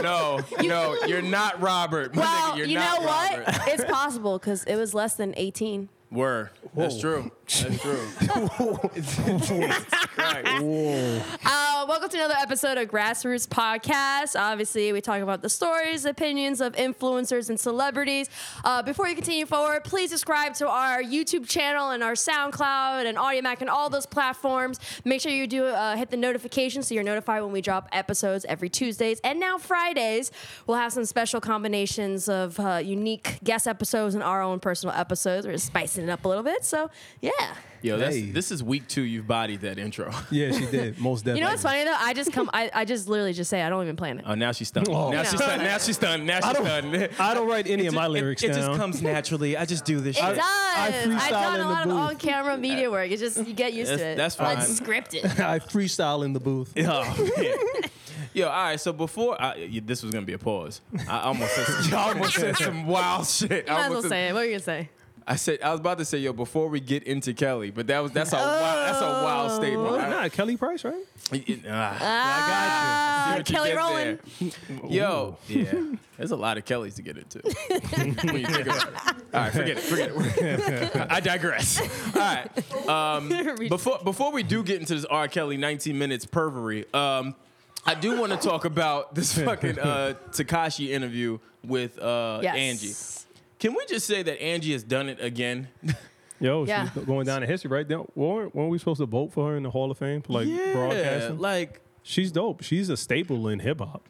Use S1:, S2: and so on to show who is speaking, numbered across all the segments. S1: No, no, you're not Robert. My
S2: Well,
S1: nigga, you're
S2: you know
S1: not
S2: what?
S1: Robert.
S2: It's possible because it was less than 18.
S1: Were. That's true. That's true. Right.
S2: Uh, welcome to another episode of Grassroots Podcast. Obviously, we talk about the stories, opinions of influencers and celebrities. Uh, before you continue forward, please subscribe to our YouTube channel and our SoundCloud and AudioMac and all those platforms. Make sure you do uh, hit the notification so you're notified when we drop episodes every Tuesdays and now Fridays. We'll have some special combinations of uh, unique guest episodes and our own personal episodes. We're just spicing it up a little bit. So, yeah.
S1: Yo, that's,
S3: Hey.
S1: this is week two. You've bodied that intro.
S3: Yeah, she did. Most definitely.
S2: You know what's funny though? I just come. I, I just literally just say I don't even plan it.
S1: Oh, now she's stunned.
S3: Oh.
S1: Now she's
S2: No.
S1: stunned. Now she's stunned.
S3: I
S1: Now she's
S3: don't-
S1: stunned.
S3: I don't write any of my lyrics
S1: it,
S3: down.
S1: just comes naturally. I just do this
S2: It
S1: shit.
S2: does.
S3: I freestyle
S2: I've done
S3: in
S2: a
S3: the
S2: lot of
S3: booth.
S2: on-camera media work. It's just you get used to
S1: That's-
S2: it.
S1: that's fine.
S2: Unscripted.
S3: I freestyle in the booth.
S1: Oh, man. Yo, all right. So before I, y- this was gonna be a pause. I almost said, I almost said some wild shit.
S2: You
S1: I,
S2: might as well
S1: almost said,
S2: say it. What are you gonna say?
S1: I said I was about to say yo before we get into Kelly, but that was that's a wild, that's a wild statement. I-
S3: Oh, Nah, Kelly Price, right?
S1: Ah,
S2: Ah,
S1: what you
S2: Kelly
S1: did
S2: Rowland.
S1: there. Yo, yeah. There's a lot of Kellys to get into. when you think about it. All right, forget it. Forget it. I digress. All right. Um, before before we do get into this R. Kelly 19 minutes pervery, um, I do want to talk about this fucking uh, Takashi interview with uh,
S2: Yes.
S1: Angie. Can we just say that Angie has done it again?
S3: Yo,
S2: Yeah.
S3: she's going down in history, right? Then weren't, weren't we supposed to vote for her in the Hall of Fame for like broadcasting?
S1: like
S3: she's dope. She's a staple in hip hop,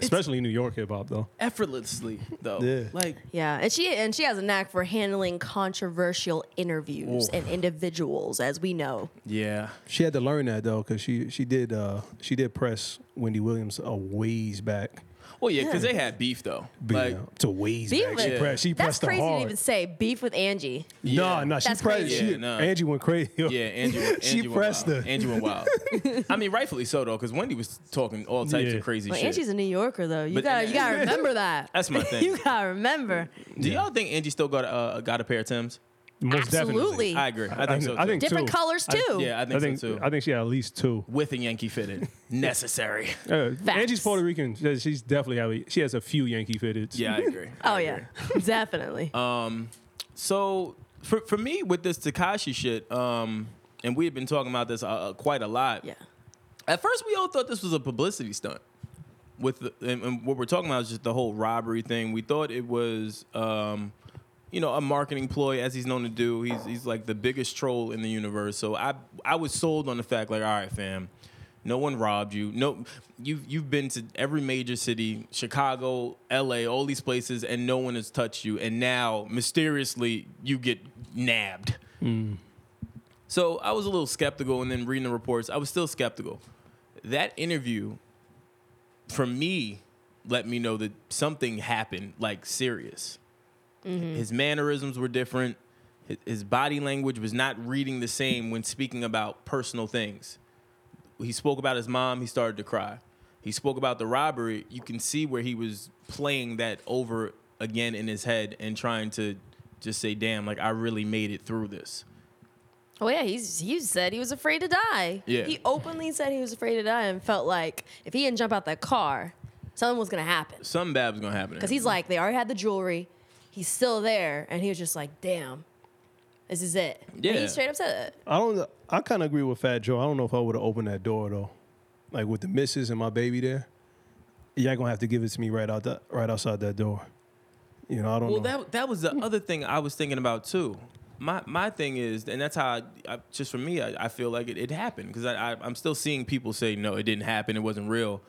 S3: especially New York hip hop, though.
S1: effortlessly though.
S3: Yeah.
S1: Like
S2: Yeah, and she and she has a knack for handling controversial interviews
S1: Oof.
S2: and individuals, as we know.
S1: yeah.
S3: She had to learn that though, because she she did uh, she did press Wendy Williams a ways back,
S1: Well, yeah, because they had beef though.
S3: but,
S1: like,
S3: you know, to ways
S2: Beef
S3: back.
S2: with-
S3: She, pressed, she
S2: That's
S3: pressed her
S2: crazy to
S3: hard.
S2: even say beef with Angie.
S3: Nah,
S1: Yeah.
S3: nah, she
S2: That's
S3: pressed.
S2: crazy.
S3: She,
S1: Yeah, nah.
S3: Angie went crazy.
S1: Yeah, Angie. Angie
S3: She
S1: went
S3: pressed
S1: wild.
S3: her.
S1: Angie went wild. I mean, rightfully so though, because Wendy was talking all types
S3: Yeah.
S1: of crazy
S2: But
S1: shit.
S2: Angie's a New Yorker, though. You
S1: But-
S2: gotta you gotta remember that.
S1: That's my thing.
S2: you gotta remember.
S1: Do y'all think Angie still got uh, got a pair of Tims?
S3: Most
S2: Absolutely.
S1: I agree. I think so.
S3: I
S1: too.
S3: think
S2: Different
S3: two.
S2: colors
S3: I-
S2: too.
S1: yeah, I think,
S3: I think
S1: so too.
S3: I think she had at least two.
S1: With a Yankee fitted, necessary.
S3: Uh,
S2: Facts.
S3: Angie's Puerto Rican. so She's definitely have a, she has a few Yankee fitteds.
S1: Yeah, I agree. Um,
S2: Oh
S1: I
S2: yeah,
S1: agree.
S2: definitely.
S1: So for for me with this Takashi shit, um, and we had been talking about this uh, uh, quite a lot.
S2: yeah.
S1: At first, we all thought this was a publicity stunt. With the, and, and what we're talking about is just the whole robbery thing. We thought it was, um, you know, a marketing ploy, as he's known to do. He's he's like the biggest troll in the universe. So I I was sold on the fact, like, all right, fam, no one robbed you. No, you've you've been to every major city, Chicago, L.A., all these places, and no one has touched you. And now mysteriously, you get nabbed. So I was a little skeptical, and then reading the reports, I was still skeptical. That interview, for me, let me know that something happened, like serious.
S2: Mm-hmm.
S1: His mannerisms were different. Hi- His body language was not reading the same when speaking about personal things. He spoke about his mom, he started to cry. He spoke about the robbery. You can see where he was playing that over again in his head and trying to just say, damn, like I really made it through this
S2: Well, Oh, yeah, he's he said he was afraid to die.
S1: Yeah.
S2: He openly said he was afraid to die and felt like if he didn't jump out that car, something was gonna happen.
S1: Something bad was gonna happen. to
S2: Because
S1: him.
S2: he's like, they already had the jewelry, he's still there, and he was just like, damn, this is it. And
S1: Yeah.
S2: he straight up said it.
S4: I don't. I kind of agree with Fat Joe. I don't know if I would have opened that door though, like with the missus and my baby there. Y'all gonna have to give it to me right out that right outside that door. You know, I don't
S1: Well,
S4: know.
S1: that that was the other thing I was thinking about too. My my thing is, and that's how I, I just for me, I, I feel like it, it happened because I, I I'm still seeing people say no, it didn't happen, it wasn't real.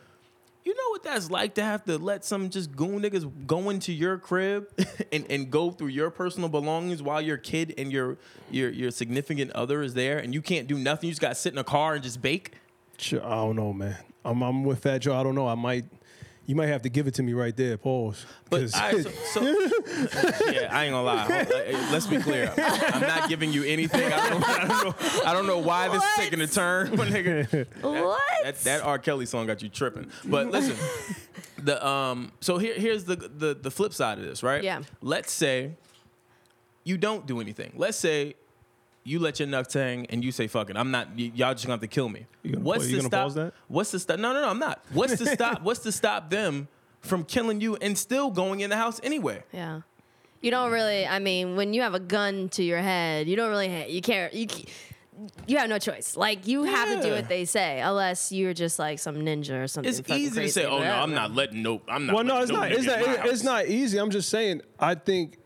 S1: You know what that's like to have to let some just goon niggas go into your crib and, and go through your personal belongings while your kid and your your your significant other is there and you can't do nothing. You just got to sit in a car and just bake.
S4: Ch- I don't know, man. I'm I'm with Fat Joe. I don't know. I might. You might have to give it to me right there. Pause.
S1: But
S4: 'Cause-
S1: I, so, so- yeah, I ain't gonna lie. Hold- uh, Let's be clear. I'm not giving you anything. I don't, I don't know. I don't know why this
S2: What?
S1: is taking a turn, my nigga.
S2: What?
S1: That, that R. Kelly song got you tripping. But listen, the um. So here, here's the, the the flip side of this, right?
S2: Yeah.
S1: Let's say you don't do anything. Let's say you let your nuts hang and you say, "Fuck it, I'm not." Y- y'all just gonna have to kill me.
S4: You gonna pause- you
S1: to
S4: gonna
S1: stop?
S4: pause that?
S1: What's to stop? No, no, no, I'm not. What's to stop? What's to stop them from killing you and still going in the house anyway?
S2: yeah. You don't really, I mean, when you have a gun to your head, you don't really, ha- you can't, you, c- you have no choice. Like, you have to do
S1: Yeah.
S2: what they say, unless you're just like some ninja or something.
S1: It's
S2: fucking
S1: easy to
S2: crazy,
S1: say, "Oh
S2: but
S1: no,
S2: I
S1: I'm
S2: don't
S1: not
S2: know.
S1: letting no, I'm not."
S4: Well, no,
S1: letting
S4: it's
S1: no
S4: not.
S1: nigga
S4: It's not.
S1: in my
S4: it- It's
S1: house."
S4: not easy. I'm just saying. I think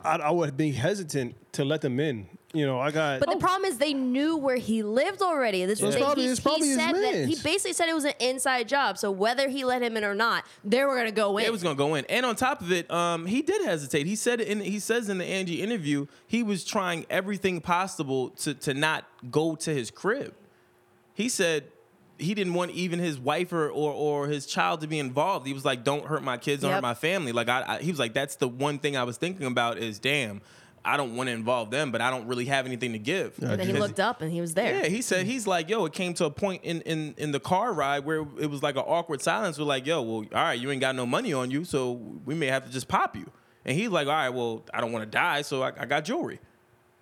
S4: I, I would be hesitant to let them in. You know, I got.
S1: Oh.
S2: But the problem is they knew where he lived already. This was
S4: It's
S2: they-
S4: probably-
S2: he,
S4: it's probably
S2: he
S4: his
S2: said that he
S4: mans.
S2: basically said it was an inside job. So whether he let him in or not, they were gonna go in.
S1: It was gonna go in, and on top of it, um, he did hesitate. He said, in, he says in the Angie interview, he was trying everything possible to to not go to his crib. He said he didn't want even his wife or or, or his child to be involved. He was like, "Don't hurt my kids, don't
S2: Yep.
S1: hurt my family." Like I, I, he was like, "That's the one thing I was thinking about is, damn, I don't want to involve them, but I don't really have anything to give."
S2: and then he
S1: Because-
S2: looked up and he was there.
S1: Yeah, he said he's like, yo, it came to a point in in in the car ride where it was like an awkward silence. We're like, yo, well, all right, you ain't got no money on you, so we may have to just pop you. And he's like, all right, well, I don't want to die, so I, I got jewelry.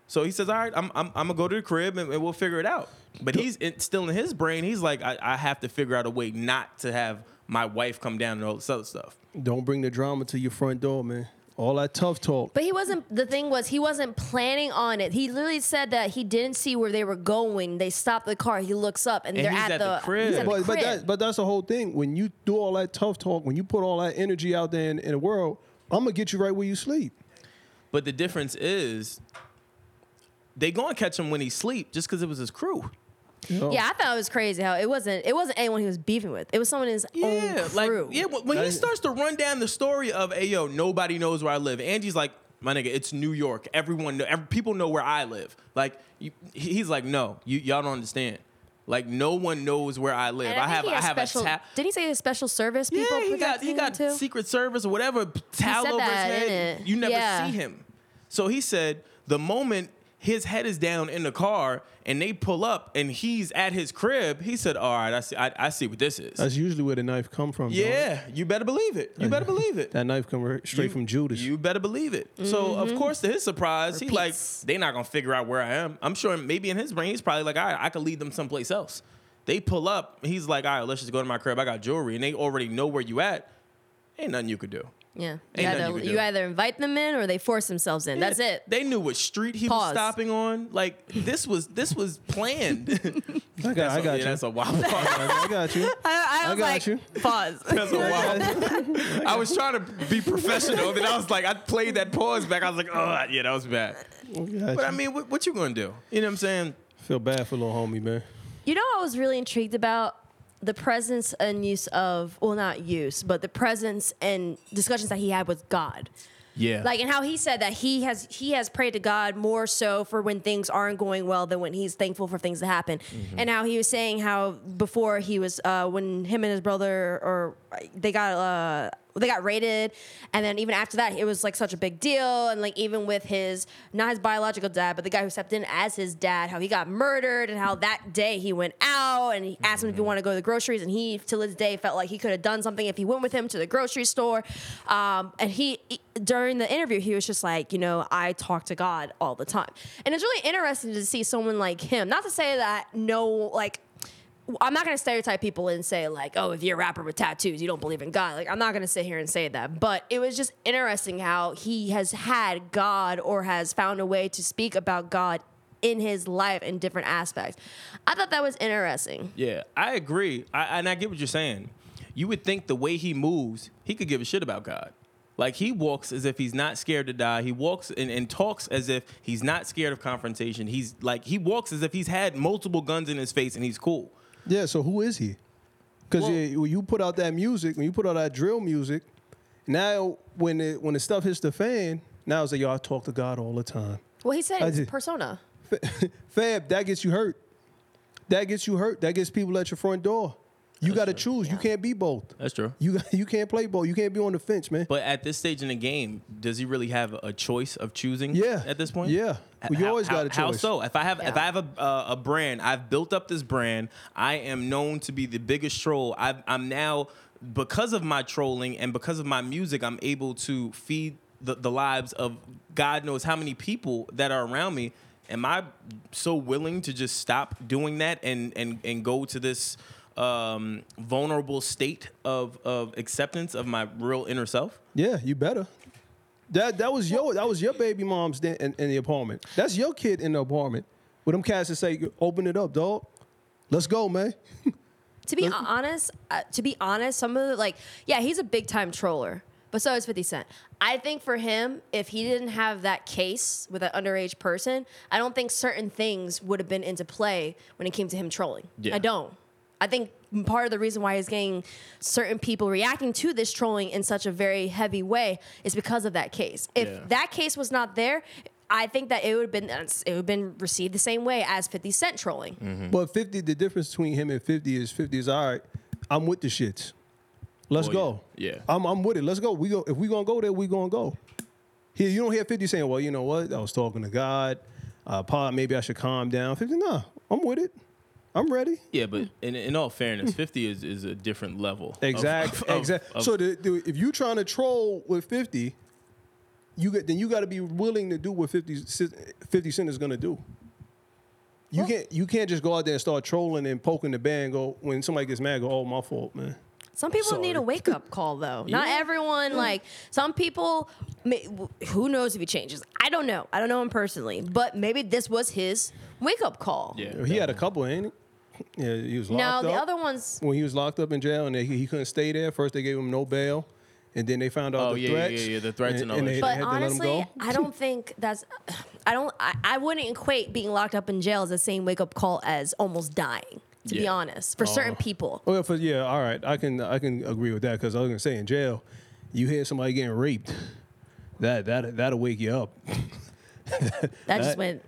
S1: So he says, all right, I'm I'm, I'm gonna go to the crib and, and we'll figure it out. But he's in, still in his brain. He's like, I, I have to figure out a way not to have my wife come down and all this other stuff.
S4: don't bring the drama to your front door, man. All that tough talk.
S2: But he wasn't. The thing was, he wasn't planning on it. He literally said that he didn't see where they were going. They stopped the car. He looks up and,
S1: And
S2: they're
S1: he's
S2: at,
S1: at
S2: the,
S1: the crib.
S2: he's at the
S4: but, but,
S2: crib.
S4: that, but that's the whole thing. When you do all that tough talk, when you put all that energy out there in, in the world, I'm gonna get you right where you sleep.
S1: But the difference is, they gonna catch him when he sleep just because it was his crew.
S4: you know?
S2: yeah, I thought it was crazy how it wasn't. It wasn't anyone he was beefing with. It was someone in his own crew.
S1: like yeah. When when he
S4: That-
S1: starts to run down the story of, "Hey, yo, nobody knows where I live," Angie's like, "My nigga, it's New York. Everyone, know, ev- people know where I live." Like, you, he- he's like, "No, you, y'all don't understand. Like, no one knows where I live.
S2: And
S1: I,
S2: think
S1: have,
S2: he
S1: I
S2: has
S1: have
S2: special,
S1: a tap."
S2: Did he say his special service
S1: Yeah,
S2: people?
S1: he got he
S2: protecting
S1: got
S2: him too?
S1: Secret Service or whatever p- towel
S2: said
S1: over his
S2: that,
S1: head.
S2: didn't it?
S1: You never
S2: Yeah.
S1: see him. So he said the moment his head is down in the car and they pull up and he's at his crib, he said, "All right, I see, I, I see what this is."
S4: That's usually where the knife come from. dog.
S1: yeah, you better believe it. You better believe it.
S4: That knife come right- straight
S1: You-
S4: from Judas.
S1: You better believe it. So of course, to his surprise, he like
S2: Mm-hmm. Repeats.
S1: they not gonna figure out where I am. I'm sure maybe in his brain he's probably like, all right, I could lead them someplace else. They pull up, he's like, all right, let's just go to my crib. I got jewelry, and they already know where you at. Ain't nothing you could do.
S2: Yeah. You
S1: Ain't nothing
S2: either,
S1: you
S2: you,
S1: can do.
S2: either invite them in or they force themselves in. That's it.
S1: They knew what street he
S2: Pause.
S1: was stopping on. Like this was this was planned.
S4: I got, I
S1: So,
S4: got
S1: yeah,
S4: you.
S1: That's a wild.
S4: I got you.
S2: I,
S4: I
S2: was
S4: got
S2: like,
S4: you.
S2: pause.
S1: That's a wild. I was trying to be professional, then I was like, I played that pause back. I was like, oh yeah, that was bad.
S4: I got
S1: But I
S4: you.
S1: mean, what, what you gonna do? You know what I'm saying?
S4: feel bad for little homie, man.
S2: you know, what I was really intrigued about the presence and use of, well, not use, but the presence and discussions that he had with God.
S1: Yeah.
S2: Like and how he said that he has he has prayed to God more so for when things aren't going well than when he's thankful for things to happen, and how he was saying how before he was uh, when him and his brother or they got uh, they got raided, and then even after that, it was like such a big deal. And like even with his not his biological dad, but the guy who stepped in as his dad, how he got murdered, and how that day he went out and he asked him if he wanted to go to the groceries, and he till this day felt like he could have done something if he went with him to the grocery store. Um, and he during the interview, he was just like, you know, I talk to God all the time, and it's really interesting to see someone like him. Not to say that no, like I'm not gonna stereotype people and say like, oh, if you're a rapper with tattoos, you don't believe in God. Like, I'm not gonna sit here and say that. But it was just interesting how he has had God or has found a way to speak about God in his life in different aspects. I thought that was interesting.
S1: Yeah, I agree. I, and I get what you're saying. You would think the way he moves, he could give a shit about God. Like he walks as if he's not scared to die. He walks and, and talks as if he's not scared of confrontation. He's like he walks as if he's had multiple guns in his face and he's cool.
S3: Yeah, so who is he? Because
S1: Well-
S3: when you put out that music, when you put out that drill music, now when it, when the stuff hits the fan, now it's like, yo, I talk to God all the time.
S2: Well, he said
S3: I
S2: his
S3: did.
S2: persona.
S3: Fab, that gets you hurt. That gets you hurt. That gets people at your front door. You got to choose. You can't be both.
S1: That's true.
S3: You you can't play both. You can't be on the fence, man.
S1: But at this stage in the game, does he really have a choice of choosing?
S3: Yeah.
S1: At this point.
S3: Yeah.
S1: H-
S3: Well, you
S1: how-
S3: always
S1: how-
S3: got a
S1: How
S3: choice.
S1: so? Oh, If I have if
S2: Yeah.
S1: I have a uh, a brand, I've built up this brand. I am known to be the biggest troll. I've, I'm now because of my trolling and because of my music, I'm able to feed the, the lives of God knows how many people that are around me. Am I so willing to just stop doing that and and and go to this? Um, vulnerable state of of acceptance of my real inner self.
S3: Yeah, you better. That that was your that was your baby mom's da- in, in the apartment. That's your kid in the apartment. With them cats that say, "Open it up, dog. Let's go, man."
S2: To be honest, uh, to be honest, some of the like, yeah, he's a big time troller, but so is Fifty Cent. I think for him, if he didn't have that case with an underage person, I don't think certain things would have been into play when it came to him trolling.
S1: Yeah.
S2: I don't. I think part of the reason why he's getting certain people reacting to this trolling in such a very heavy way is because of that case. If
S1: Yeah.
S2: that case was not there. I think that it would have been it would have been received the same way as 50 Cent trolling.
S1: Mm-hmm.
S3: But fifty, the difference between him and fifty is fifty is all right. I'm with the shits. Let's
S1: Well,
S3: go.
S1: yeah. Yeah.
S3: I'm I'm with it. Let's go. We go. If we gonna go there, we gonna go. Here, you don't hear fifty saying, "Well, you know what? I was talking to God. Uh, Pod, maybe I should calm down." Fifty, nah, I'm with it. I'm ready.
S1: Yeah, but in, in all fairness, 50 is, is a different level. of-
S3: Exactly.
S1: of-
S3: exactly.
S1: of-
S3: so the, the, if you're trying to troll with 50, you get then you got to be willing to do what 50, Cent- 50 Cent is gonna do. You can't you can't just go out there and start trolling and poking the bear and go when somebody gets mad go oh my fault man.
S2: Some people
S3: Sorry.
S2: need a wake up call, though. Not everyone, like, some people, may- w- who knows if he changes? I don't know. I don't know him personally, but maybe this was his wake up call.
S1: yeah,
S3: He had a couple, ain't he? Yeah, he was
S2: Now,
S3: locked
S2: the
S3: up.
S2: other ones,
S3: when he was locked up in jail and they, he couldn't stay there. First they gave him no bail, and then they found out
S1: Oh,
S3: the
S1: yeah, yeah,
S3: threats.
S1: yeah, yeah, the threats and all that
S3: they-
S1: shit.
S3: they
S2: but
S3: had to let him
S2: honestly,
S3: go.
S2: I don't think that's, I don't, I, I wouldn't equate being locked up in jail as the same wake up call as almost dying, to be
S1: Yeah.
S2: honest, for
S3: Oh.
S2: certain people.
S3: Well, for, yeah, all right, I can I can agree with that because I was gonna say in jail, you hear somebody getting raped, that that that'll wake you up.
S2: That just went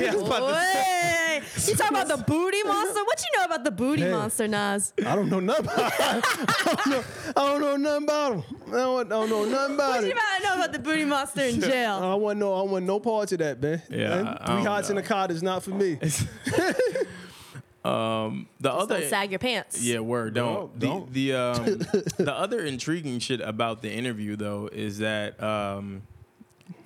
S3: Yeah, I was about to
S2: Way. You talk about the booty monster? What you know about the booty
S3: Yeah.
S2: monster, Nas?
S3: I don't know nothing. About, I, don't know, I don't know nothing about him. I don't, I don't know nothing about
S2: What you
S3: it.
S2: about to know about the booty monster in jail?
S3: I want no I want no parts of that, man.
S1: Yeah,
S3: Man,
S1: I- I
S3: three
S1: don't
S3: hots in
S1: know.
S3: a cot is not for me.
S1: the
S2: Don't
S1: other
S2: sag your pants.
S1: Yeah, word. Don't.
S3: No,
S1: The, the, um, the other intriguing shit about the interview though is that um,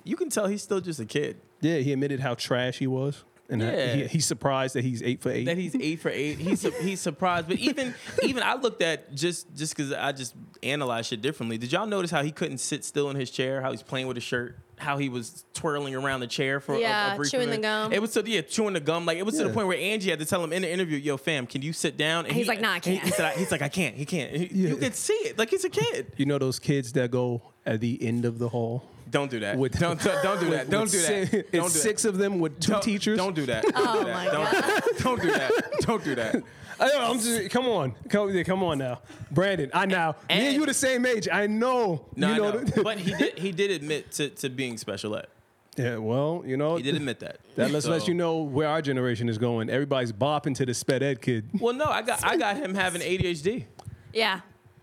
S1: you can tell he's still just a kid.
S3: Yeah, he admitted how trash he was, and that
S1: Yeah.
S3: he, he's surprised that he's eight for eight.
S1: that he's eight for eight. He's su- he's surprised, but even even I looked at just just because I just analyze shit differently. Did y'all notice how he couldn't sit still in his chair? How he's playing with his shirt? How he was twirling around the chair for a- a- a,
S2: Yeah,
S1: brief
S2: chewing the
S1: minute?
S2: gum.
S1: It was so yeah, chewing the gum. Like it was to the
S3: Yeah.
S1: point where Angie had to tell him in the interview, "Yo, fam, can you sit down?" And
S2: He's like, "Nah, I
S1: and He,
S2: can't."
S1: said, I, he's like, "I can't. He can't." He-
S3: Yeah.
S1: You can see it. Like he's a kid.
S3: you know those kids that go at the end of the hall.
S1: Don't do that.
S3: With-
S1: Uh, don't, don't don't do that. Don't
S3: With
S1: do that.
S3: si-
S1: Don't
S3: It's
S1: do that.
S3: six of them with 2
S1: Don't-
S3: teachers.
S1: Don't do that. Don't
S2: Oh
S1: do that.
S2: my
S1: don't, don't do that. Don't do that.
S3: I know, I'm just come on, come, yeah, come on now, Brandon. I now me and
S1: And-
S3: you the same age. I know.
S1: No,
S3: you
S1: I know.
S3: the-
S1: but he did. He did admit to, to being special ed.
S3: yeah, well, you know
S1: He did admit that.
S3: that lets let
S1: So-
S3: you know where our generation is going. Everybody's bopping to the sped ed kid.
S1: Well, no, I got I got him having ADHD.
S2: Yeah.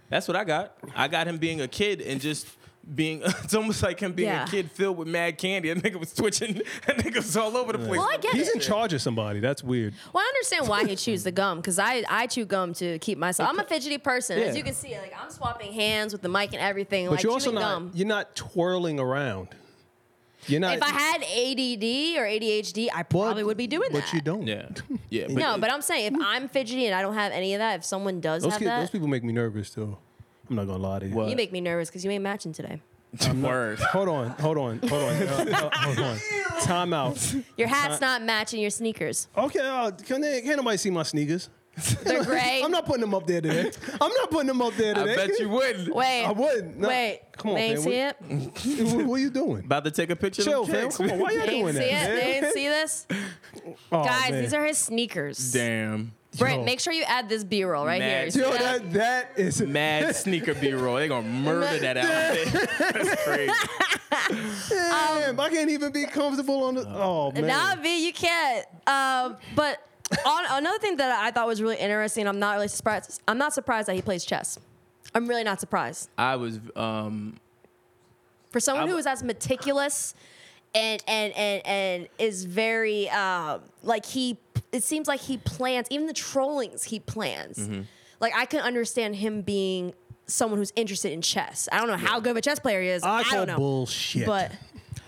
S1: That's what I got. I got him being a kid and just being. It's almost like him being
S2: Yeah.
S1: a kid filled with mad candy. That nigga was twitching. That nigga was all over the place.
S2: Well, I get
S3: He's
S2: it.
S3: in charge of somebody. That's weird.
S2: Well, I understand why he chews the gum because I, I chew gum to keep myself. I'm a fidgety person, as
S1: Yeah.
S2: you can see. Like I'm swapping hands with the mic and everything.
S3: But
S2: like
S3: you're also
S2: chewing
S3: not.
S2: gum.
S3: You're not twirling around. You're not.
S2: if I had ADD or ADHD, I
S3: but-
S2: probably would be doing
S3: but
S2: that.
S3: you don't.
S1: yeah, yeah.
S2: no, but I'm saying if I'm fidgety and I don't have any of that, if someone does
S3: Those,
S2: have
S3: kids,
S2: that,
S3: those people make me nervous too. I'm not gonna lie to you.
S1: What?
S2: you make me nervous because you ain't matching today.
S1: I'm worse.
S3: Hold on, hold on, hold on, uh, uh, hold on. Time out.
S2: Your hat's not matching your sneakers.
S3: Okay, uh, can they, can't nobody see my sneakers?
S2: They're gray.
S3: I'm not putting them up there today. I'm not putting them up there
S1: I
S3: today.
S1: bet you would.
S2: Wait.
S3: I wouldn't. No.
S2: Wait.
S3: Come on,
S2: They ain't
S3: man.
S2: see
S3: What-
S2: it.
S3: what, what are you doing?
S1: About to take a picture.
S3: Chill,
S1: of
S3: fam.
S1: them
S3: Come on, why
S1: kicks.
S3: y'all
S2: They
S3: doing
S2: ain't see
S3: that?
S2: it. They ain't see this.
S3: Oh,
S2: Guys,
S3: man.
S2: these are his sneakers.
S1: Damn.
S2: Brent,
S3: Yo.
S2: make sure you add this B-roll right
S1: Mad
S2: here. You see
S3: Yo,
S2: that?
S3: that that is
S1: Mad sneaker B-roll. They gonna murder that outfit. That's crazy.
S3: Damn, I can't even be comfortable on the. Oh man.
S2: Nah, V, you can't. Um, but on another thing that I thought was really interesting, I'm not really surprised. I'm not surprised that he plays chess. I'm really not surprised
S1: I was um
S2: for someone
S1: I'm-
S2: who is as meticulous and and and and is very um, like he. It seems like he plans. Even the trollings he plans. Like I can understand him being someone who's interested in chess. I don't know how good of a chess player he is.
S3: I
S2: I,
S3: call
S2: don't know,
S3: bullshit.
S2: but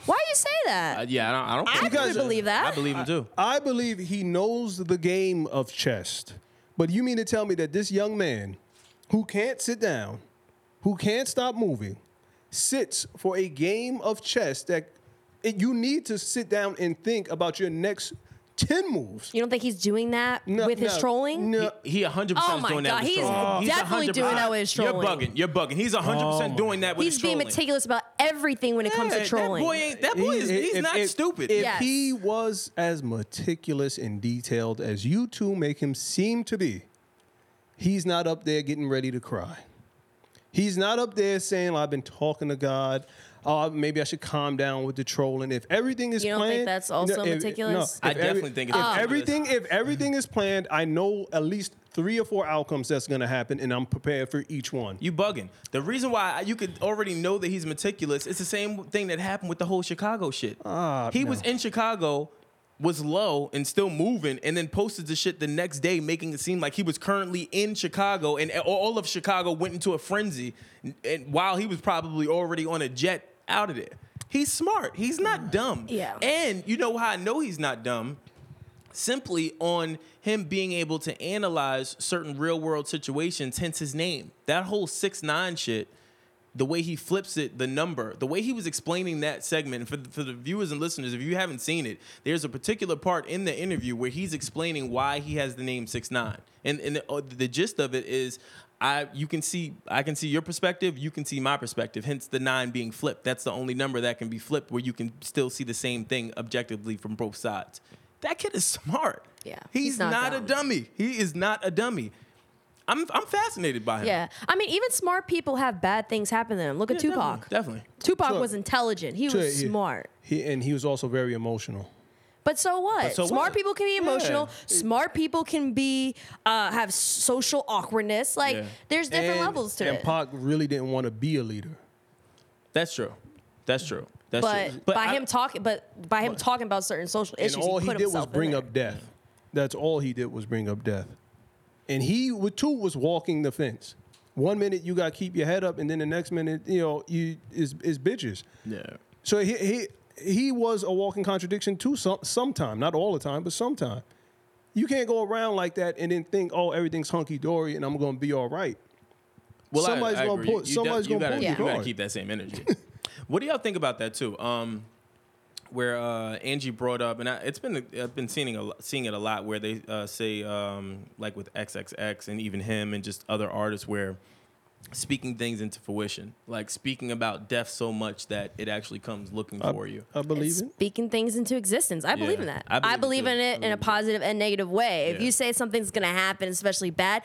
S2: why you say that?
S1: uh, yeah, I don't I don't
S2: I
S1: think-
S2: really believe that.
S1: I believe him too.
S3: I believe he knows the game of chess. But you mean to tell me that this young man, who can't sit down, who can't stop moving, sits for a game of chess that it, you need to sit down and think about your next ten moves
S2: you don't think he's doing that
S3: No,
S2: with his
S3: no,
S2: trolling?
S3: No,
S1: He 100%
S2: Oh
S1: is
S2: my
S1: doing that
S2: God,
S1: with
S2: he's
S1: trolling.
S2: definitely
S1: 100%
S2: doing that with his
S1: You're
S2: trolling.
S1: bugging. You're bugging. He's 100% doing that with
S2: Oh He's
S1: his
S2: being
S1: trolling.
S2: meticulous about everything when it comes
S1: Yeah,
S2: to trolling.
S1: That boy ain't that boy is
S3: He-
S1: he's
S3: if-
S1: not
S3: if-
S1: stupid.
S3: If
S2: Yes.
S3: he was as meticulous and detailed as you two make him seem to be, he's not up there getting ready to cry. He's not up there saying, "I've been talking to God. Uh, maybe I should calm down with the trolling." If everything is
S2: You don't think
S3: planned,
S2: that's also meticulous?
S3: if
S1: I definitely think it's
S3: if
S1: meticulous. Mm-hmm.
S3: everything if everything is planned, I know at least three or four outcomes that's going to happen, and I'm prepared for each one.
S1: You bugging. The reason why I- you could already know that he's meticulous, it's the same thing that happened with the whole Chicago shit. he was in Chicago, was low and still moving, and then posted the shit the next day, making it seem like he was currently in Chicago, and a- all of Chicago went into a frenzy, n- and while he was probably already on a jet out of there. He's smart. He's not dumb.
S2: Yeah.
S1: And you know how I know he's not dumb? simply on him being able to analyze certain real world situations, hence his name. That whole six nine shit, the way he flips it, the number, the way he was explaining that segment for the, for the viewers and listeners, if you haven't seen it, there's a particular part in the interview where he's explaining why he has the name six nine, and and the, uh, the gist of it is. I you can see I can see your perspective, you can see my perspective. Hence the nine being flipped. That's the only number that can be flipped where you can still see the same thing objectively from both sides. That kid is smart.
S2: Yeah,
S1: He's,
S2: he's not
S1: not, a
S2: dumb.
S1: dummy. He is not a dummy. I'm I'm fascinated by him.
S2: Yeah. I mean, even smart people have bad things happen to them. Look at
S1: Yeah,
S2: Tupac.
S1: Definitely.
S2: Tupac
S3: Sure.
S2: was intelligent. He
S3: So
S2: was
S3: he-
S2: smart.
S3: He, and he was also very emotional.
S2: But so what?
S1: But so
S2: smart
S1: what?
S2: people can be emotional. Smart people can be uh, have social awkwardness. Like
S1: Yeah.
S2: there's different
S3: and,
S2: levels to
S3: and
S2: it.
S3: Pac really didn't want to be a leader.
S1: That's true. That's true. That's true.
S2: but, by
S1: I-
S2: him talking, but by him talking about certain social issues,
S3: and all he,
S2: put
S3: did was
S2: himself in
S3: bring
S2: there.
S3: up death. That's all he did was bring up death. And he wa- too was walking the fence. One minute you got to keep your head up, and then the next minute you know you is is bitches.
S1: Yeah.
S3: So he he he was a walking contradiction too. Some sometime, not all the time, but sometime. You can't go around like that and then think, oh, everything's hunky dory and I'm gonna be all right.
S1: Well, I-
S3: somebody's
S1: I
S3: gonna
S1: agree.
S3: pull-
S1: You
S3: somebody's
S1: def- you
S3: gonna
S1: gotta-
S3: pull
S2: your
S1: You gotta
S3: card.
S1: keep that same energy. what do y'all think about that too? Um, where uh, Angie brought up, and I, it's been I've been seeing a lo- seeing it a lot where they uh, say um, like with XXX and even him and just other artists where speaking things into fruition, like speaking about death so much that it actually comes looking
S3: Uh,
S1: for you.
S3: I believe it.
S2: speaking things into existence. I believe
S1: Yeah,
S2: in that.
S1: I
S2: I
S1: believe
S2: believe,
S1: it too.
S2: in
S1: I
S2: it in
S1: believe
S2: a
S1: it.
S2: positive and negative way. If
S1: Yeah.
S2: you say something's gonna happen, especially bad,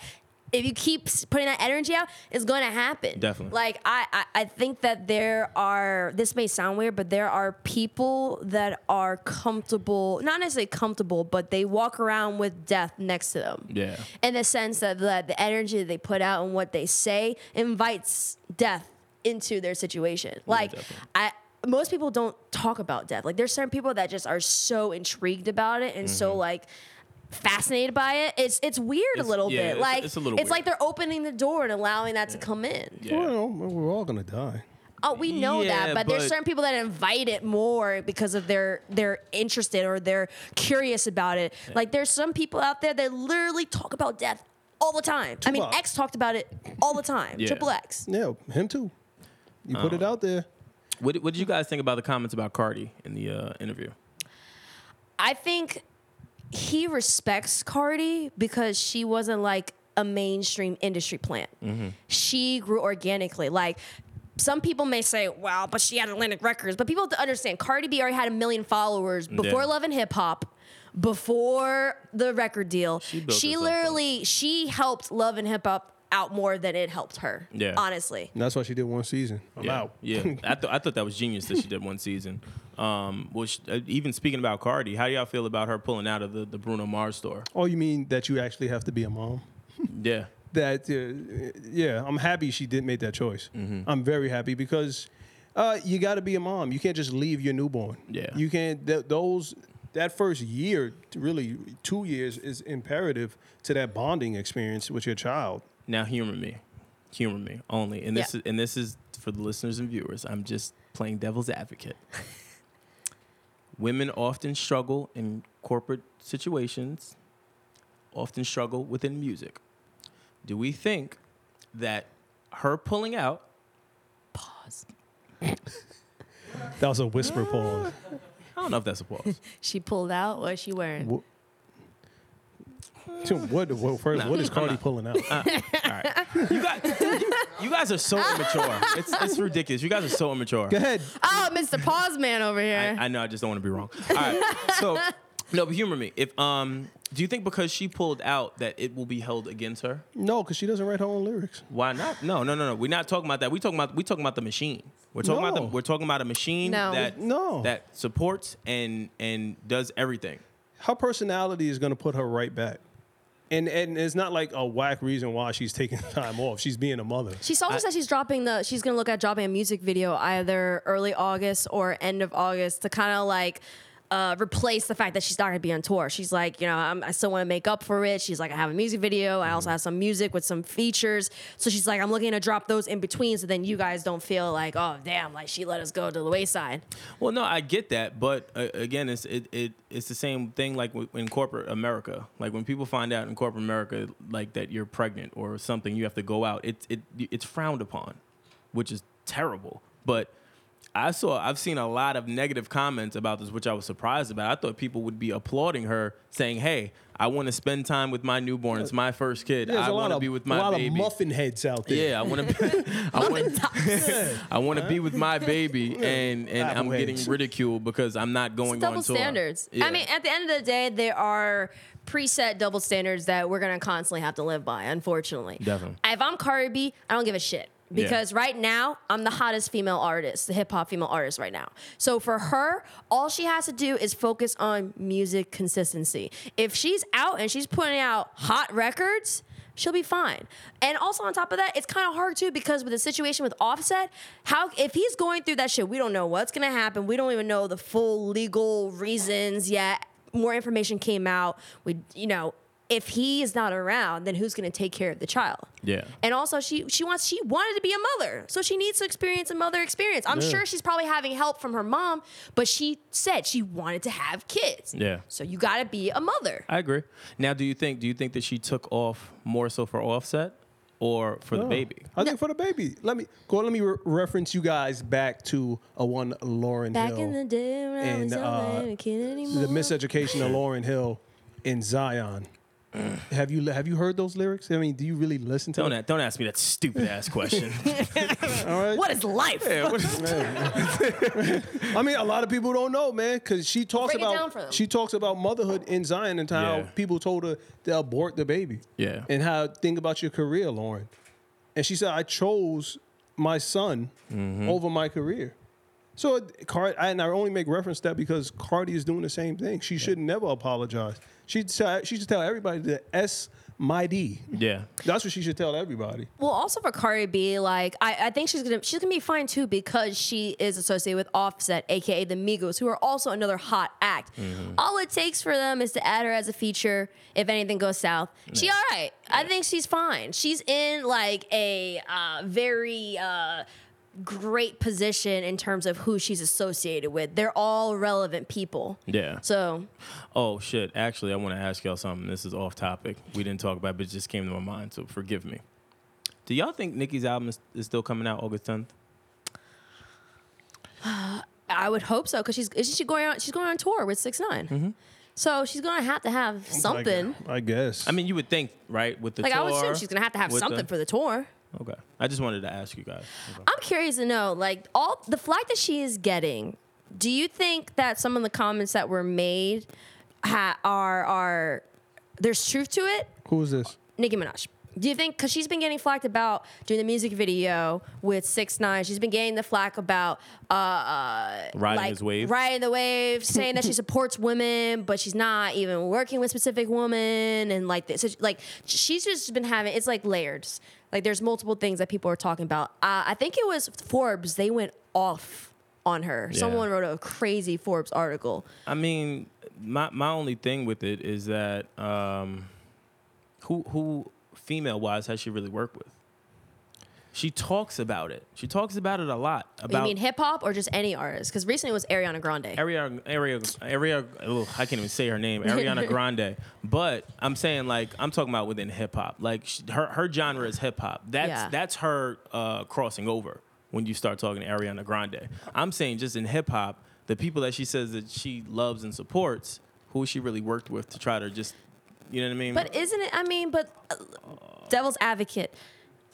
S2: if you keep s- putting that energy out, it's going to happen.
S1: Definitely.
S2: Like I, I, I think that there are. This may sound weird, but there are people that are comfortable, not necessarily comfortable, but they walk around with death next to them.
S1: Yeah.
S2: In the sense that the, the energy that they put out and what they say invites death into their situation. Like
S1: definitely.
S2: I most people don't talk about death. Like there's certain people that just are so intrigued about it and so like fascinated by it. It's it's weird
S1: Mm-hmm. It's-
S2: a little
S1: yeah,
S2: bit.
S1: it's-
S2: Like
S1: it's a little
S2: like
S1: weird.
S2: they're opening the door and allowing that to come in.
S1: Yeah.
S3: Well, we're all gonna die.
S2: Oh, we know that,
S1: Yeah,
S2: but, there's
S1: but-
S2: certain people that invite it more because of their they're interested or they're curious about it. Like there's some people out there that literally talk about death all the time. I mean,
S3: Tupac.
S2: X talked about it all the time.
S1: Yeah.
S2: Triple X.
S3: Yeah, him too. You put
S1: Um,
S3: it out there.
S1: What, did- what did you guys think about the comments about Cardi in the uh, interview?
S2: I think he respects Cardi because she wasn't like a mainstream industry plant.
S1: Mm-hmm.
S2: She grew organically. Like some people may say, "Well, but she had Atlantic Records," but people have to understand Cardi B already had a million followers before
S1: Yeah.
S2: Love and Hip Hop. Before the record deal, she,
S1: built herself up.
S2: literally she helped Love and Hip Hop out more than it helped her.
S1: Yeah.
S2: honestly,
S3: And that's why she did one season. I'm
S1: yeah.
S3: out.
S1: Yeah, I, th- I thought that was genius that she did one season. Um, which uh, even speaking about Cardi, how do y'all feel about her pulling out of the, the Bruno Mars store?
S3: Oh, you mean that you actually have to be a mom?
S1: Yeah,
S3: that uh, yeah i'm happy she did make that choice
S1: Mm-hmm.
S3: i'm very happy because uh, you got to be a mom you can't just leave your newborn
S1: Yeah.
S3: you can't th- those that first year really two years is imperative to that bonding experience with your child
S1: now humor me, humor me only. And this
S2: Yeah.
S1: is, and this is for the listeners and viewers. I'm just playing devil's advocate. Women often struggle in corporate situations, often struggle within music. Do we think that her pulling out
S3: that was a whisper pause
S1: I don't know if that's a pause.
S2: she pulled out. What is she wearing?
S3: what, So what, what- first, what is cardi pulling out
S1: You guys, you, you guys are so immature. It's, it's ridiculous. You guys are so immature.
S3: go ahead
S2: Oh, Mr. Pause Man over here.
S1: I, I know. I just don't want to be wrong. All right. So, no, but humor me. If um, do you think because she pulled out that it will be held against her?
S3: no because she doesn't write her own lyrics
S1: Why not? No, no, no, no. We're not talking about that. We're talking about we talking about the machine. We're talking about
S3: No.
S1: the, we're talking about a machine
S2: No.
S1: that
S3: No.
S1: that supports and and does everything.
S3: her personality is going to put her right back and, and it's not like a whack reason why she's taking time off. She's being a mother.
S2: She's also said she's dropping the. She's gonna look at dropping a music video either early August or end of August to kind of like. Uh, replace the fact that she's not going to be on tour. She's like, you know, I'm, I still want to make up for it. She's like, I have a music video. I
S1: Mm-hmm.
S2: also have some music with some features. So she's like, I'm looking to drop those in between, so then you guys don't feel like, oh damn, like she let us go to the wayside.
S1: Well, no, I get that, but uh, again, it's it, it it's the same thing like w- in corporate America. Like when people find out in corporate America, like that you're pregnant or something, you have to go out. It it it's frowned upon, which is terrible. But I saw I've seen a lot of negative comments about this, which I was surprised about. I thought people would be applauding her, saying, "Hey, I want to spend time with my newborn. It's my first kid.
S3: Uh, There's
S1: I
S3: a lot
S1: want to
S3: of
S1: be with
S3: a
S1: my
S3: lot
S1: baby."
S3: of muffin heads out there.
S1: Yeah, I want to. I want. I want to be with my baby, and and I'm
S3: Appleheads.
S1: getting ridiculed because I'm not going
S2: It's double
S1: on tour.
S2: standards.
S1: Yeah.
S2: I mean, at the end of the day, there are preset double standards that we're gonna constantly have to live by, unfortunately.
S1: Definitely.
S2: If I'm Cardi B, I don't give a shit.
S1: Yeah.
S2: Because right now, I'm the hottest female artist, the hip hop female artist right now. So for her, all she has to do is focus on music consistency. If she's out and she's putting out hot records, she'll be fine. And also on top of that, it's kind of hard too because with the situation with Offset, how if he's going through that shit, we don't know what's gonna happen. We don't even know the full legal reasons yet. More information came out. We, you know, if he is not around, then who's gonna take care of the child?
S1: Yeah.
S2: And also, she she wants she wanted to be a mother, so she needs to experience a mother experience. I'm sure she's probably having help from her mom, but she said she wanted to have kids.
S1: Yeah.
S2: So you gotta be a mother.
S1: I agree. Now, do you think do you think that she took off more so for Offset or for the baby?
S3: I think for the baby. Let me go. Let me re- reference you guys back to a one Lauren
S2: Back
S3: Hill
S2: in the day when I
S3: And,
S2: was young, I
S3: uh,
S2: ain't a kid anymore.
S3: the miseducation of Lauren Hill in Zion. Have you have you heard those lyrics? I mean, do you really listen to
S1: Mm. Don't
S3: them?
S1: a- don't ask me that stupid ass question.
S2: What is life?
S1: Yeah, what is-
S3: I mean, a lot of people don't know, man, because she talks
S2: Break it
S3: about
S2: down for them.
S3: she talks about motherhood in Zion and how
S1: Yeah.
S3: people told her to abort the baby.
S1: Yeah.
S3: and how think about your career, Lauren. And she said, I chose my son
S1: Mm-hmm.
S3: over my career. So, it- Card, and I only make reference to that because Cardi is doing the same thing. She should never apologize. She she should tell everybody the S my D.
S1: yeah.
S3: That's what she should tell everybody.
S2: Well, also for Cardi B, like I, I think she's gonna she's gonna be fine too because she is associated with Offset, aka the Migos, who are also another hot act. All it takes for them is to add her as a feature. If anything goes south, she all right. I think she's fine. She's in like a uh, very. Uh, great position in terms of who she's associated with they're all relevant people
S1: Yeah.
S2: so
S1: Oh shit! Actually, I want to ask y'all something. This is off topic. We didn't talk about, it, but it just came to my mind. So forgive me. Do y'all think Nicki's album is, is still coming out August tenth?
S2: i would hope so because she's isn't she going on she's going on tour with 6-9 so she's gonna have to have something
S3: I guess.
S1: I mean, you would think, right? With the
S2: Like I would assume
S1: tour,
S2: she's gonna have to have
S1: with
S2: something for the tour.
S1: Okay. I just wanted to ask you guys. Okay.
S2: I'm curious to know, like all the flack that she is getting. Do you think that some of the comments that were made ha- are are there's truth to it?
S3: Who is this?
S2: Nicki Minaj. Do you think because she's been getting flacked about doing the music video with Six Nine, she's been getting the flack about uh,
S1: Riding
S2: like
S1: his wave.
S2: riding the wave, saying that she supports women, but she's not even working with specific women, and like this, so, like she's just been having it's like layered. Like there's multiple things that people are talking about. Uh, I think it was Forbes. They went off on her.
S1: Yeah.
S2: Someone wrote a crazy Forbes article.
S1: I mean, my my only thing with it is that um, who who female wise has she really worked with? She talks about it. She talks about it a lot. About
S2: you mean hip hop or just any artist? Because recently it was Ariana Grande.
S1: Ariana, Ariana, Ariana, ugh, I can't even say her name, Ariana Grande. But I'm saying like I'm talking about within hip hop. Like sh her her genre is hip hop. That's
S2: Yeah.
S1: that's her uh, crossing over when you start talking to Ariana Grande. I'm saying just in hip hop, the people that she says that she loves and supports, who she really worked with to try to just, you know what I mean?
S2: But isn't it? I mean, but uh, devil's advocate,